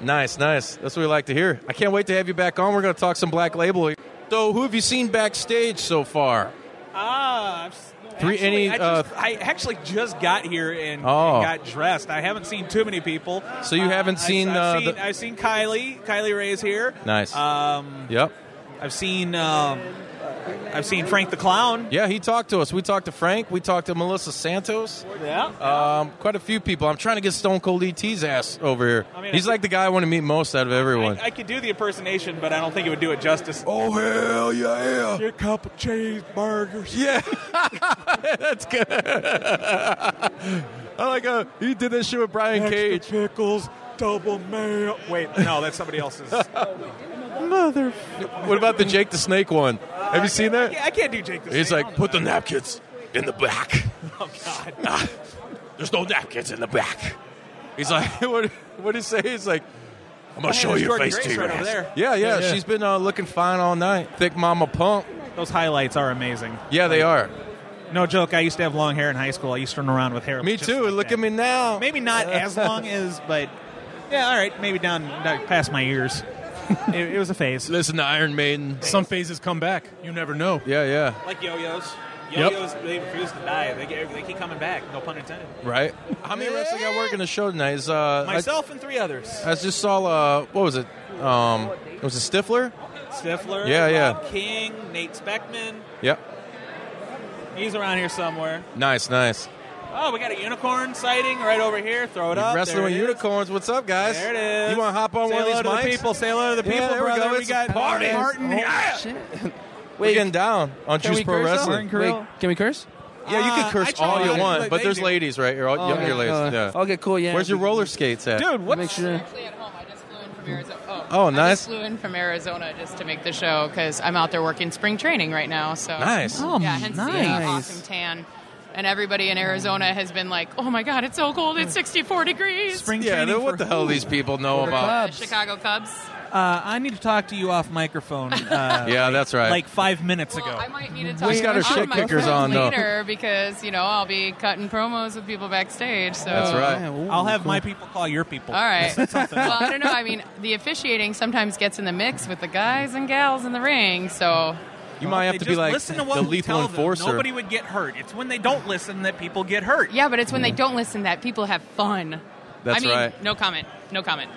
Speaker 5: Nice, nice. That's what we like to hear. I can't wait to have you back on. We're gonna talk some Black Label. So who have you seen backstage so far?
Speaker 11: Ah, I've s-
Speaker 5: Three-
Speaker 11: actually,
Speaker 5: any, uh,
Speaker 11: I, just, I actually just got here and,
Speaker 5: Oh.
Speaker 11: and got dressed. I haven't seen too many people.
Speaker 5: So you haven't seen,
Speaker 11: I've,
Speaker 5: uh,
Speaker 11: I've seen,
Speaker 5: the-
Speaker 11: I've seen Kylie. Kylie Ray is here.
Speaker 5: Nice.
Speaker 11: Um,
Speaker 5: Yep.
Speaker 11: I've seen. Um, I've seen Frank the Clown.
Speaker 5: Yeah, he talked to us. We talked to Frank. We talked to Melissa Santos.
Speaker 11: Yeah.
Speaker 5: Um, quite a few people. I'm trying to get Stone Cold ET's ass over here.
Speaker 11: I mean,
Speaker 5: He's
Speaker 11: I-
Speaker 5: like the guy I want to meet most out of everyone.
Speaker 11: I could do the impersonation, but I don't think it would do it justice.
Speaker 6: Oh, hell yeah.
Speaker 11: Your cup of cheeseburgers.
Speaker 5: Yeah. That's good. I like uh he did this shit with Brian Cage.
Speaker 11: pickles, double mayo. Wait, no, that's somebody else's.
Speaker 5: Mother. What about the Jake the Snake one? Have you seen that?
Speaker 11: I can't do Jake the
Speaker 5: He's like,
Speaker 6: Put the napkins in the back.
Speaker 11: Oh, God.
Speaker 5: Ah,
Speaker 6: There's no napkins in the back.
Speaker 5: He's like, what? What did he say? He's like,
Speaker 6: I'm gonna show your face to your ass.
Speaker 5: Yeah, yeah,
Speaker 11: Yeah, yeah.
Speaker 5: She's been uh, looking fine all night. Thick Mama Pump.
Speaker 11: Those highlights are amazing.
Speaker 5: Yeah, they are.
Speaker 11: No joke. I used to have long hair in high school. I used to run around with hair.
Speaker 5: Me
Speaker 11: just
Speaker 5: too.
Speaker 11: like
Speaker 5: Look
Speaker 11: that.
Speaker 5: at me now.
Speaker 11: Maybe not as long as, but yeah, all right. Maybe down, down past my ears. it, it was a phase.
Speaker 5: Listen to Iron Maiden.
Speaker 11: Some
Speaker 8: phases come back. You never know.
Speaker 5: Yeah, yeah.
Speaker 11: Like yo-yos.
Speaker 8: Yep.
Speaker 11: Yo-yos, they refuse to die. They, get, they keep coming back. No pun intended.
Speaker 5: Right? How many wrestlers got working the show tonight? Is uh, I-
Speaker 11: Myself and three others.
Speaker 5: I, just saw uh, what was it? Um, was it Stifler?
Speaker 11: Stifler.
Speaker 5: Yeah, yeah.
Speaker 11: Bob King, Nate Speckman.
Speaker 5: Yep.
Speaker 11: He's around here somewhere.
Speaker 5: Nice, nice.
Speaker 11: Oh, we got a unicorn sighting right over here. Throw it up.
Speaker 5: Wrestling
Speaker 11: There
Speaker 5: with
Speaker 11: it is.
Speaker 5: unicorns. What's up, guys?
Speaker 11: There it is.
Speaker 5: You want to hop on
Speaker 11: Say
Speaker 5: one of these
Speaker 11: hello to the
Speaker 5: mics?
Speaker 11: people. Say hello to the
Speaker 5: Yeah,
Speaker 11: people,
Speaker 5: there
Speaker 11: brother.
Speaker 5: We, go.
Speaker 11: We
Speaker 5: It's
Speaker 11: got
Speaker 5: a party.
Speaker 11: Martin.
Speaker 5: Oh,
Speaker 11: Yeah.
Speaker 5: shit. We're getting down on
Speaker 21: Can
Speaker 5: Juice
Speaker 21: we
Speaker 5: Pro
Speaker 21: curse on-
Speaker 5: Wrestling.
Speaker 21: Wait, can we curse?
Speaker 5: Yeah, you can
Speaker 21: Uh, I
Speaker 5: curse
Speaker 21: try
Speaker 5: all you
Speaker 21: not to,
Speaker 5: want,
Speaker 21: but
Speaker 5: but
Speaker 21: they
Speaker 5: there's
Speaker 21: do.
Speaker 5: ladies, right? Or all
Speaker 21: Oh,
Speaker 5: younger
Speaker 21: okay,
Speaker 5: ladies.
Speaker 21: uh,
Speaker 5: yeah.
Speaker 21: okay, cool, yeah.
Speaker 5: Where's your roller skates at?
Speaker 11: Dude,
Speaker 21: what's- Make sure-
Speaker 5: Oh,
Speaker 26: I
Speaker 5: nice.
Speaker 26: just flew in from Arizona just to make the show because I'm out there working spring training right now. So
Speaker 5: Nice.
Speaker 26: yeah,
Speaker 5: Oh,
Speaker 26: hence
Speaker 5: nice.
Speaker 26: the uh, awesome tan. And everybody in Arizona has been like, "Oh my God, it's so cold! It's 64 degrees."
Speaker 5: yeah, then what the hell these people know
Speaker 26: The
Speaker 5: about?
Speaker 26: Chicago Cubs.
Speaker 11: Uh, I need to talk to you off microphone. Uh,
Speaker 5: Yeah, that's right.
Speaker 11: Like five minutes ago.
Speaker 26: I might need to
Speaker 5: She's
Speaker 26: talk.
Speaker 5: got her
Speaker 26: to
Speaker 5: shit
Speaker 26: my
Speaker 5: kickers
Speaker 26: friends
Speaker 5: on, though.
Speaker 26: later because you know I'll be cutting promos with people backstage. So
Speaker 11: That's right. I'll have my people call your people.
Speaker 26: All right.
Speaker 11: That's something.
Speaker 26: well, I don't know. I mean, the officiating sometimes gets in the mix with the guys and gals in the ring. So
Speaker 5: You might have
Speaker 11: They
Speaker 5: to be
Speaker 11: just
Speaker 5: like
Speaker 11: listen to what
Speaker 5: the
Speaker 11: we
Speaker 5: lethal
Speaker 11: tell them.
Speaker 5: enforcer.
Speaker 11: Nobody would get hurt. It's when they don't listen that people get hurt.
Speaker 26: Yeah, but it's when they don't listen that people have fun.
Speaker 5: That's
Speaker 26: I mean,
Speaker 5: right.
Speaker 26: No comment. No comment.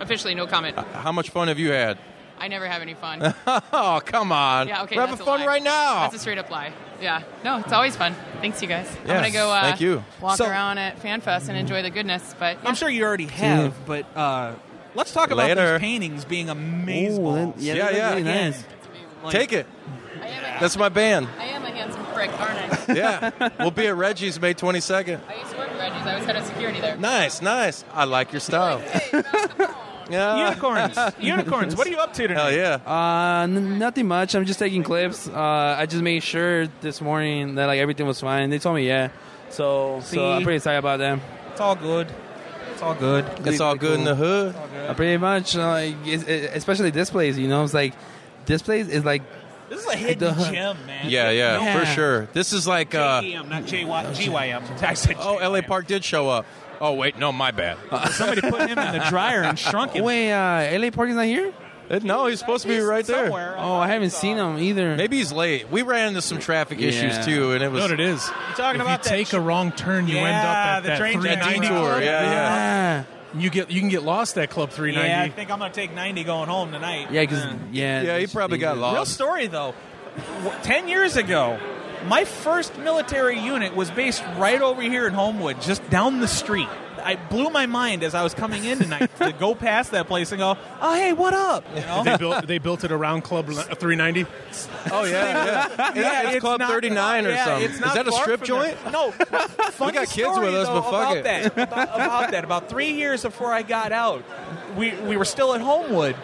Speaker 26: Officially, no comment.
Speaker 5: How much fun have you had?
Speaker 26: I never have any fun.
Speaker 5: oh, come on.
Speaker 26: yeah, okay.
Speaker 5: We're having
Speaker 26: that's a
Speaker 5: fun
Speaker 26: lie.
Speaker 5: right now.
Speaker 26: That's a straight up lie. Yeah. No, it's always fun. Thanks, you guys.
Speaker 5: Yes,
Speaker 26: I'm gonna go. Uh,
Speaker 5: thank you.
Speaker 26: Walk
Speaker 11: So-
Speaker 26: around at FanFest and enjoy the goodness. But
Speaker 11: I'm sure you already have, but uh, let's talk about
Speaker 5: Later.
Speaker 11: those paintings being amazing.
Speaker 5: yeah, yeah.
Speaker 11: Again, like-
Speaker 5: Take it. That's my band.
Speaker 26: I am a handsome prick, aren't I?
Speaker 5: Yeah. we'll be at Reggie's May 22nd.
Speaker 26: I used to work at Reggie's. I was head of security there.
Speaker 5: Nice, nice. I like your style. yeah.
Speaker 11: Unicorns. Unicorns. What are you up to
Speaker 5: Hell
Speaker 11: tonight?
Speaker 5: yeah.
Speaker 21: Uh, n- nothing much. I'm just taking clips. Uh, I just made sure this morning that like everything was fine. They told me yeah, so so I'm
Speaker 11: See?
Speaker 21: pretty excited about them.
Speaker 11: It's all good. It's all good.
Speaker 21: It's all good in the
Speaker 5: hood.
Speaker 21: Uh, pretty much, uh, like, it's- it- especially this place. You know, it's like this place is like
Speaker 11: This is a hidden gem, man.
Speaker 5: Yeah, yeah,
Speaker 11: No-
Speaker 5: for sure. This is like uh,
Speaker 11: JEM, not JY, GYM. I said
Speaker 5: oh, L.A. Park did show up. Oh wait, no, my bad.
Speaker 11: Somebody put him in the dryer and shrunk him.
Speaker 21: Wait, uh, LA Party's not here?
Speaker 5: Uh, no, he's supposed to be right there.
Speaker 21: Oh, I haven't seen him either.
Speaker 5: Maybe he's late. We ran into some traffic
Speaker 11: Uh,
Speaker 5: issues too, and it was
Speaker 8: You know what it is.
Speaker 21: talking
Speaker 8: if
Speaker 21: about that
Speaker 8: you take a wrong turn, you end
Speaker 11: Yeah,
Speaker 8: up at
Speaker 11: the
Speaker 8: that
Speaker 11: train track.
Speaker 8: 390
Speaker 11: Detour,
Speaker 8: club.
Speaker 11: yeah, yeah.
Speaker 8: You get you can get lost at Club 390.
Speaker 11: Yeah, I think I'm going to take 90 going home tonight.
Speaker 8: Yeah, 'cause- yeah, Yeah, he probably got
Speaker 5: uh,
Speaker 11: Real
Speaker 8: lost.
Speaker 11: story, though. W- Ten years ago, my first military unit was based right over here in Homewood, just down the street. I blew my mind as I was coming in tonight to go past that place and go, oh, hey, what up? You know?
Speaker 8: they built they built it around Club 390.
Speaker 5: Oh yeah, yeah.
Speaker 11: Yeah,
Speaker 5: it's, Club
Speaker 11: not-
Speaker 5: 39 or
Speaker 11: yeah,
Speaker 5: something.
Speaker 11: it's not
Speaker 5: Is that a
Speaker 11: far
Speaker 5: strip
Speaker 11: from
Speaker 5: joint?
Speaker 11: there. No. Funny
Speaker 5: got kids
Speaker 11: story,
Speaker 5: with us,
Speaker 11: though,
Speaker 5: but fuck
Speaker 11: about
Speaker 5: it.
Speaker 11: That, about, about that, about three years before I got out, we we were still at Homewood,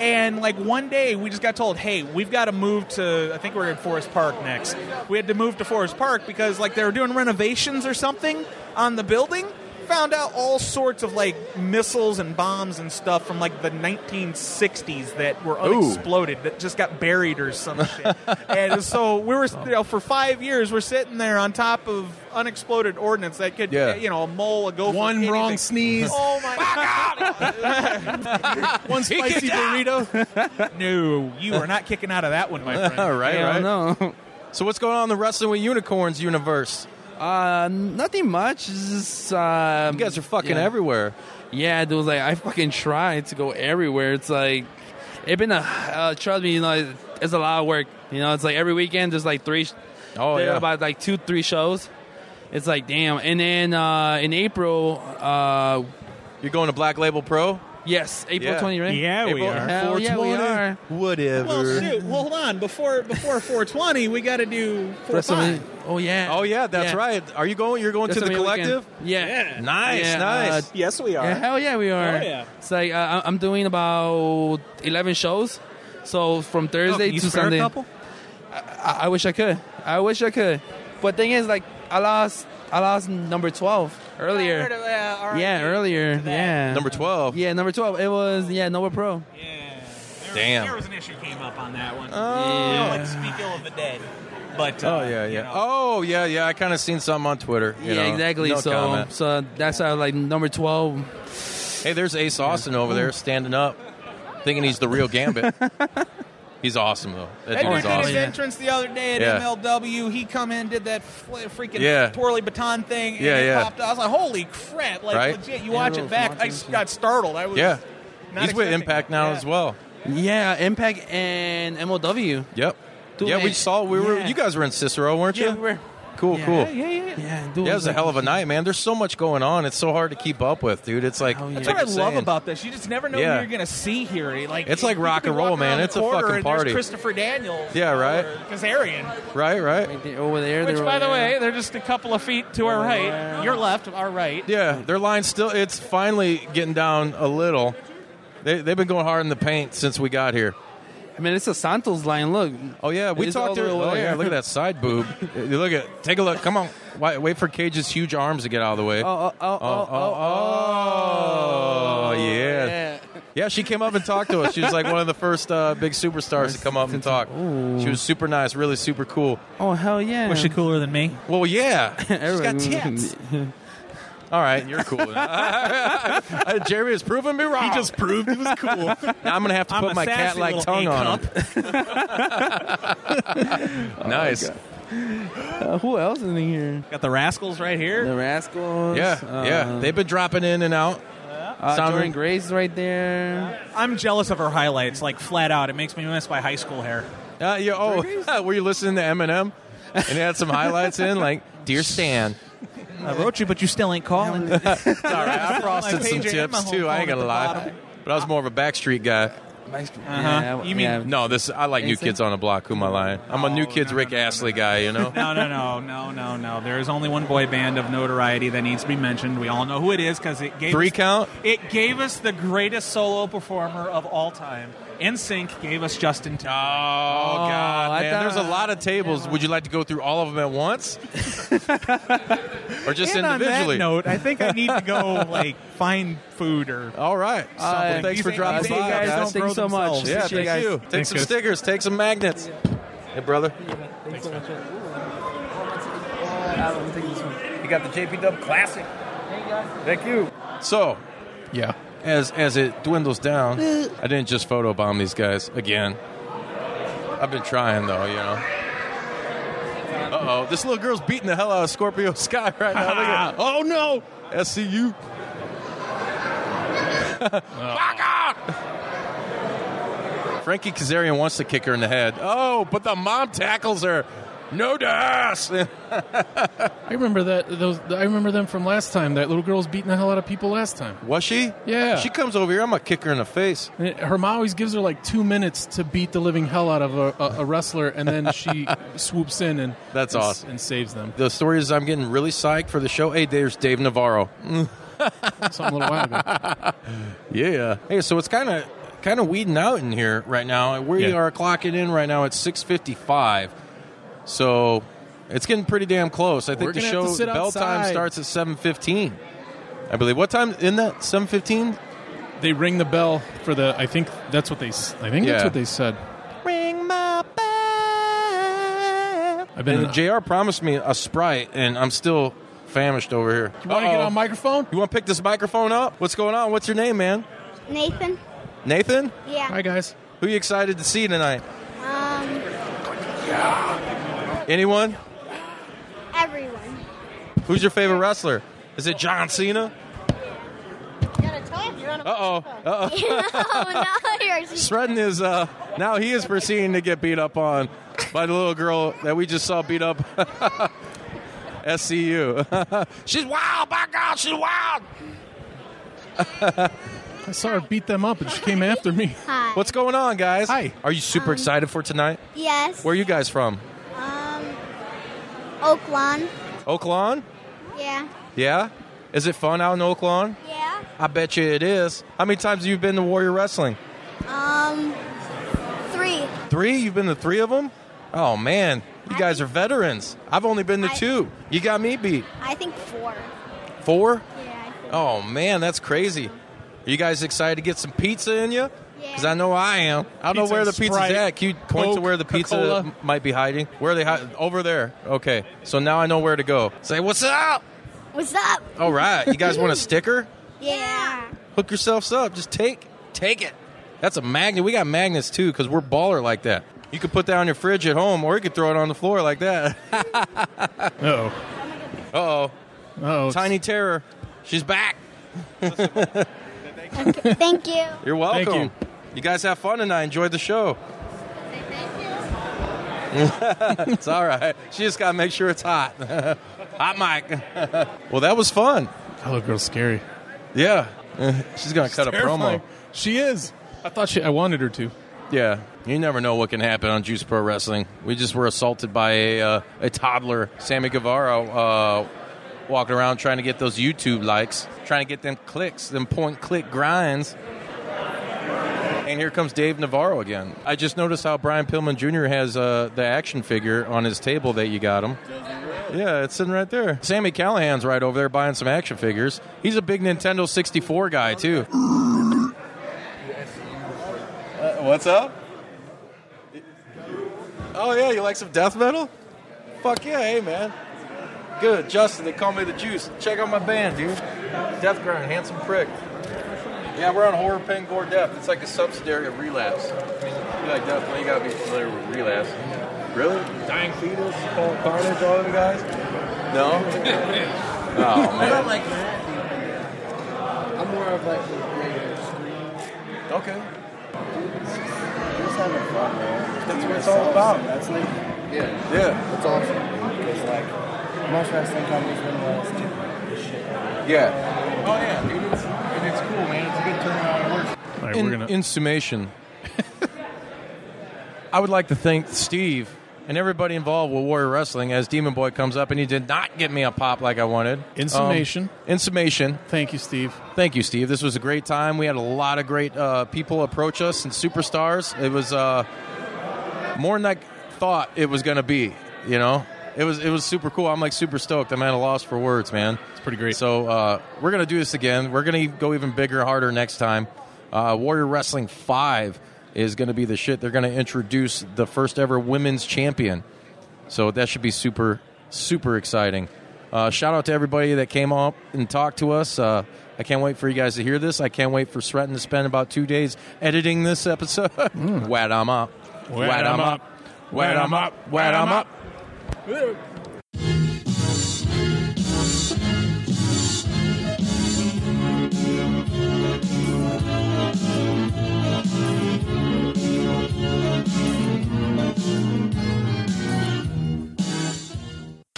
Speaker 11: and like one day we just got told, "Hey, we've got to move to. I think we're in Forest Park next. We had to move to Forest Park because like they were doing renovations or something on the building." Found out all sorts of like missiles and bombs and stuff from like the 1960s that were
Speaker 5: Ooh.
Speaker 11: unexploded that just got buried or some shit. and so we
Speaker 8: Oh.
Speaker 11: were, you know, for five years, we're sitting there on top of unexploded ordnance that could,
Speaker 8: Yeah.
Speaker 11: you know, a mole, a gopher.
Speaker 8: One
Speaker 11: anything.
Speaker 8: wrong sneeze.
Speaker 11: Oh my!
Speaker 8: One spicy
Speaker 11: burrito. no, you are not kicking out of that one, my friend.
Speaker 5: All right, right.
Speaker 21: No.
Speaker 5: So what's going on in the wrestling with unicorns universe?
Speaker 21: Uh, nothing much. It's Just, um, you guys
Speaker 5: are fucking everywhere.
Speaker 21: Yeah, dude. Like I fucking tried to go everywhere. It's like it been a uh, trust me. You know, it's a lot of work. You know, it's like every weekend there's like three.
Speaker 5: Oh
Speaker 21: there are
Speaker 5: yeah.
Speaker 21: about like two, three shows. It's like damn. And then uh, in April, uh,
Speaker 5: you're going to Black Label Pro.
Speaker 21: Yes, April
Speaker 5: Yeah.
Speaker 21: 20, right?
Speaker 5: Yeah, we
Speaker 21: April,
Speaker 5: are.
Speaker 21: Hell yeah, we
Speaker 5: 420.
Speaker 21: are.
Speaker 5: Whatever.
Speaker 11: Well, shoot. Well, hold on. Before before 420, we got to do 4-5.
Speaker 21: Oh yeah.
Speaker 5: Oh yeah, that's
Speaker 21: Yeah.
Speaker 5: right. Are you going? You're going to the
Speaker 21: WrestleMania
Speaker 5: collective?
Speaker 21: weekend. Yeah.
Speaker 5: Nice,
Speaker 21: Yeah,
Speaker 5: nice.
Speaker 21: uh,
Speaker 11: yes, we
Speaker 21: Yeah, hell yeah, we are.
Speaker 11: Hell yeah.
Speaker 21: It's like uh, I- I'm doing about 11 shows. So
Speaker 5: Oh,
Speaker 21: from Thursday
Speaker 11: can you
Speaker 21: to
Speaker 11: spare a
Speaker 21: Sunday.
Speaker 11: couple?
Speaker 21: I, I- I wish I could. I wish I could. But thing is, like I lost, I lost number 12 earlier. yeah, earlier. Yeah.
Speaker 5: Number 12.
Speaker 21: Yeah, number 12. It was yeah, Nova Pro.
Speaker 5: Damn.
Speaker 11: There was an issue came up on that one.
Speaker 5: Oh.
Speaker 11: You know, like, speak ill of the dead. But uh,
Speaker 5: oh yeah, yeah. Oh yeah, yeah. I kind of seen something on Twitter. you
Speaker 21: yeah,
Speaker 5: know.
Speaker 21: exactly.
Speaker 5: No
Speaker 21: so,
Speaker 5: comment.
Speaker 21: so that's how like number 12.
Speaker 5: Hey, there's Ace Austin over there standing up, thinking he's the real Gambit. he's awesome though.
Speaker 21: That
Speaker 5: That dude
Speaker 21: dude
Speaker 5: is
Speaker 21: did his
Speaker 5: awesome.
Speaker 11: his entrance the other day at
Speaker 5: Yeah.
Speaker 11: MLW. He come in, did that fl- freaking
Speaker 5: Yeah.
Speaker 11: twirly baton thing, and
Speaker 5: Yeah,
Speaker 11: it
Speaker 5: yeah.
Speaker 11: popped. out. I was like, "Holy crap!" Like
Speaker 5: Right?
Speaker 11: legit. You
Speaker 5: Yeah,
Speaker 11: watch
Speaker 5: Rose
Speaker 11: it back, I just got startled. I was
Speaker 5: Yeah,
Speaker 11: Not
Speaker 5: he's with
Speaker 11: expecting
Speaker 5: Impact now as well.
Speaker 21: Yeah, Impact and MLW.
Speaker 5: Yep.
Speaker 21: Dude,
Speaker 5: yeah, we
Speaker 21: man.
Speaker 5: saw. We were.
Speaker 21: Yeah.
Speaker 5: You guys were in Cicero, weren't you?
Speaker 21: Yeah, we were.
Speaker 5: Cool,
Speaker 21: Yeah.
Speaker 5: cool.
Speaker 21: Yeah, yeah, yeah. Yeah, dude, it
Speaker 5: Yeah, it was a
Speaker 21: like-
Speaker 5: hell of a night, man. There's so much going on. It's so hard to keep up with, dude. It's like
Speaker 11: That's
Speaker 5: like you're
Speaker 11: what I love
Speaker 5: saying.
Speaker 11: about this. You just never know
Speaker 5: Yeah.
Speaker 11: who you're gonna see here. Like
Speaker 5: It's like
Speaker 11: you
Speaker 5: rock
Speaker 11: could
Speaker 5: and
Speaker 11: walk
Speaker 5: roll,
Speaker 11: around
Speaker 5: man.
Speaker 11: the
Speaker 5: it's a
Speaker 11: corner
Speaker 5: fucking
Speaker 11: and
Speaker 5: party.
Speaker 11: There's Christopher Daniels.
Speaker 5: Yeah, right.
Speaker 11: or Kazarian.
Speaker 5: Right, right.
Speaker 21: over there.
Speaker 11: Which, by the way, they're just a couple of feet to our right, your left, our right.
Speaker 5: Yeah, their line still. It's finally getting down a little. They, they've been going hard in the paint since we got here.
Speaker 21: I mean, it's a Santos line. Look.
Speaker 5: Oh yeah, we
Speaker 21: It's all
Speaker 5: talked.
Speaker 21: the
Speaker 5: To,
Speaker 21: way
Speaker 5: oh
Speaker 21: over
Speaker 5: yeah,
Speaker 21: there.
Speaker 5: look at that side boob. You look at. Take a look. Come on. Wait, wait for Cage's huge arms to get out of the way.
Speaker 21: Oh, oh, oh, oh,
Speaker 5: oh, yeah. yeah. she came up and talked to us. She was like one of the first uh, big superstars to come up and talk. She was super nice, really super cool.
Speaker 21: Oh hell yeah!
Speaker 11: Was she cooler than me?
Speaker 5: Well, yeah. She's got
Speaker 21: Everyone-
Speaker 5: tits. All right, you're cool. Uh, Jeremy has proven me wrong. He just proved he was cool. Now I'm gonna have to
Speaker 11: I'm
Speaker 5: put
Speaker 11: a
Speaker 5: my
Speaker 11: sassy
Speaker 5: cat-like
Speaker 11: little
Speaker 5: tongue on him.
Speaker 21: Oh,
Speaker 5: nice.
Speaker 21: God. Uh, who else is in here?
Speaker 11: Got the Rascals right here.
Speaker 21: The Rascals.
Speaker 5: Yeah, yeah.
Speaker 21: uh,
Speaker 5: They've been dropping in and out.
Speaker 21: Uh, Jordan Gray's right there.
Speaker 11: I'm jealous of her highlights, like flat out. It makes me miss my high school hair.
Speaker 5: Uh, yeah, oh, were you listening to Eminem? And they had some highlights in, like "Dear Stan."
Speaker 11: I wrote you, but you still ain't calling.
Speaker 5: it's all right. I frosted some tips too. I ain't gonna lie, but I was more of a Backstreet guy.
Speaker 21: Yeah,
Speaker 11: Uh-huh. You mean- Oh, yeah.
Speaker 5: no? This I like New
Speaker 11: Insane.
Speaker 5: Kids on the Block. Who am I lying? I'm a New Kids Rick Astley guy. You know.
Speaker 11: No, no, no, no, no, no. There is only one boy band of notoriety that needs to be mentioned. We all know who it is because it gave
Speaker 5: Three
Speaker 11: us,
Speaker 5: count?
Speaker 11: It gave us the greatest solo performer of all time. NSYNC gave us Justin Timberlake.
Speaker 5: Oh God,
Speaker 11: I
Speaker 5: man!
Speaker 11: thought-
Speaker 5: There's a lot of tables. Would you like to go through all of them at once, or just
Speaker 11: and
Speaker 5: individually?
Speaker 11: On that note, I think I need to go like uh, find food or.
Speaker 5: All right.
Speaker 11: Something.
Speaker 5: Well, thanks for dropping by, guys.
Speaker 11: Thanks so much.
Speaker 5: Yeah, thank you. Take some stickers. Take some magnets. Hey, brother.
Speaker 14: Thanks, man. I'm taking this one. You got the JP Dub Classic. Thank you.
Speaker 5: So, yeah. As as it dwindles down,
Speaker 14: Eh.
Speaker 5: I didn't just photobomb these guys again. I've been trying though, you know. Uh oh, this little girl's beating the hell out of Scorpio Sky right now. Look at- oh no, SCU. Fuck off! Frankie Kazarian wants to kick her in the head. Oh, but the mom tackles her. No das.
Speaker 8: I remember that. Those I remember them from last time. That little girl was beating the hell out of people last time.
Speaker 5: Was she?
Speaker 8: Yeah.
Speaker 5: She comes over here. I'm gonna kick her in the face.
Speaker 8: And it- Her mom always gives her like two minutes to beat the living hell out of a, a, a wrestler, and then she swoops in and
Speaker 5: That's
Speaker 8: and s-
Speaker 5: awesome.
Speaker 8: and saves them.
Speaker 5: The story is I'm getting really psyched for the show. Hey, there's Dave Navarro. Mm.
Speaker 8: Something a little while ago.
Speaker 5: Yeah. Hey, so it's kind of kind of weeding out in here right now. We
Speaker 8: Yeah.
Speaker 5: are clocking in right now at 6:55. So it's getting pretty damn close. I think
Speaker 8: We're
Speaker 5: the
Speaker 8: gonna have
Speaker 5: show
Speaker 8: to sit
Speaker 5: bell time
Speaker 8: outside.
Speaker 5: starts at 7:15. I believe. What time in that? 7:15.
Speaker 8: They ring the bell for the. I think that's what they. s- I think
Speaker 5: Yeah.
Speaker 8: that's what they said.
Speaker 5: Ring my bell.
Speaker 8: I've been.
Speaker 5: and Jr. promised me a sprite, and I'm still famished over here. You
Speaker 8: want to get on microphone?
Speaker 5: You want to pick this microphone up? What's going on? What's your name, man?
Speaker 15: Nathan.
Speaker 5: Nathan.
Speaker 15: Yeah.
Speaker 8: Hi guys.
Speaker 5: Who you excited to see tonight?
Speaker 15: Um,
Speaker 5: Anyone?
Speaker 15: everyone.
Speaker 5: Who's your favorite wrestler? Is it John Cena? Uh oh. Uh oh. Sredden is uh, now he is proceeding to get beat up on by the little girl that we just saw beat up. SCU. She's wild, by God, she's wild.
Speaker 8: I saw her beat them up, and she came after me.
Speaker 15: Hi.
Speaker 5: What's going on, guys? Hi. Are you super excited for tonight?
Speaker 15: Um, Yes.
Speaker 5: Where are you guys from?
Speaker 15: Oak Lawn.
Speaker 5: Oaklawn?
Speaker 15: Yeah.
Speaker 5: Yeah. Is it fun out in Oaklawn?
Speaker 15: Yeah.
Speaker 5: I bet you it is. How many times have you been to Warrior Wrestling?
Speaker 15: Um, three.
Speaker 5: Three? You've been to three of them? Oh man, you guys are veterans. I've only been to two. You got me beat.
Speaker 15: I think four.
Speaker 5: Four? Yeah. Oh man, that's crazy. Are you guys excited to get some pizza in you? Because I know I am. I don't
Speaker 6: Pizza
Speaker 5: know where the
Speaker 6: and
Speaker 5: pizza's
Speaker 6: Sprite,
Speaker 5: at. Can you point to
Speaker 6: Coke,
Speaker 5: where the pizza
Speaker 6: Coca-Cola?
Speaker 5: m- might be hiding? Where are they hiding? Over there. Okay. So now I know where to go. Say, what's up?
Speaker 15: What's up?
Speaker 5: All right. You guys want a sticker?
Speaker 15: Yeah.
Speaker 5: Hook yourselves up. Just take take it. That's a magnet. We got magnets too because we're baller like that. You could put that on your fridge at home or you could throw it on the floor like that.
Speaker 8: oh.
Speaker 5: Uh
Speaker 8: oh. Oh.
Speaker 5: Tiny Terror. She's back.
Speaker 15: Okay, thank you.
Speaker 5: You're welcome. you. guys have fun and I enjoyed the show. it's all right. She just got to make sure it's hot. hot mic. well, that was fun.
Speaker 8: That little girl's scary.
Speaker 5: Yeah. She's going to cut a
Speaker 8: terrifying.
Speaker 5: promo.
Speaker 8: She is. I thought she. I wanted her to.
Speaker 5: Yeah. You never know what can happen on Juice Pro Wrestling. We just were assaulted by a, uh, a toddler, Sammy Guevara, uh, walking around trying to get those YouTube likes, trying to get them clicks, them point click grinds. And here comes Dave Navarro again. I just noticed how Brian Pillman Jr. has uh, the action figure on his table that you got him. Yeah, it's sitting right there. Sammy Callahan's right over there buying some action figures. He's a big Nintendo 64 guy, too. Uh, what's up? Oh yeah, you like some death metal? Fuck yeah, hey man. Good, Justin. They call me the Juice. Check out my band, dude. Death Grind, handsome prick. Yeah, we're on Horror Pen Gore Death. It's like a subsidiary of Relapse. You like Death Metal, you gotta be familiar with Relapse. Really? Dying Fetus, Paul Carnage, all of you guys? No. oh man.
Speaker 14: like that. I'm more of like the creators.
Speaker 5: Okay.
Speaker 14: Just having fun, man.
Speaker 5: That's what it's all about.
Speaker 14: That's like, yeah.
Speaker 5: Yeah.
Speaker 14: It's awesome. Because, like, most wrestling companies wouldn't let us do this shit.
Speaker 5: Yeah. Oh yeah, dude. It's, and it's cool, man. It's a good turnaround. It works.
Speaker 8: All right,
Speaker 5: in,
Speaker 8: we're gonna.
Speaker 5: in summation, I would like to thank Steve and everybody involved with Warrior Wrestling as Demon Boy comes up and he did not get me a pop like I wanted. Um,
Speaker 8: In summation.
Speaker 5: in summation.
Speaker 8: Thank you, Steve.
Speaker 5: Thank you, Steve. This was a great time. We had a lot of great uh, people approach us and superstars. It was uh, more than I thought it was going to be. You know, it was it was super cool. I'm like super stoked. I'm at a loss for words, man. It's pretty great. So uh, we're e-, gonna do this again. We're gonna go even bigger, harder next time. Uh, Warrior Wrestling Five is going to be the shit. They're going to introduce the first ever women's champion. So that should be super, super exciting. Uh, shout out to everybody that came up and talked to us. Uh, I can't wait for you guys to hear this. I can't wait for Sretton to spend about two days editing this episode. Wad I'm up.
Speaker 6: Wad
Speaker 5: Wad I'm
Speaker 6: I'm
Speaker 5: Mm. up.
Speaker 6: up.
Speaker 5: Wad I'm up. Wad I'm up.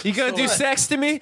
Speaker 16: You gonna do
Speaker 3: uh,
Speaker 16: sex to me?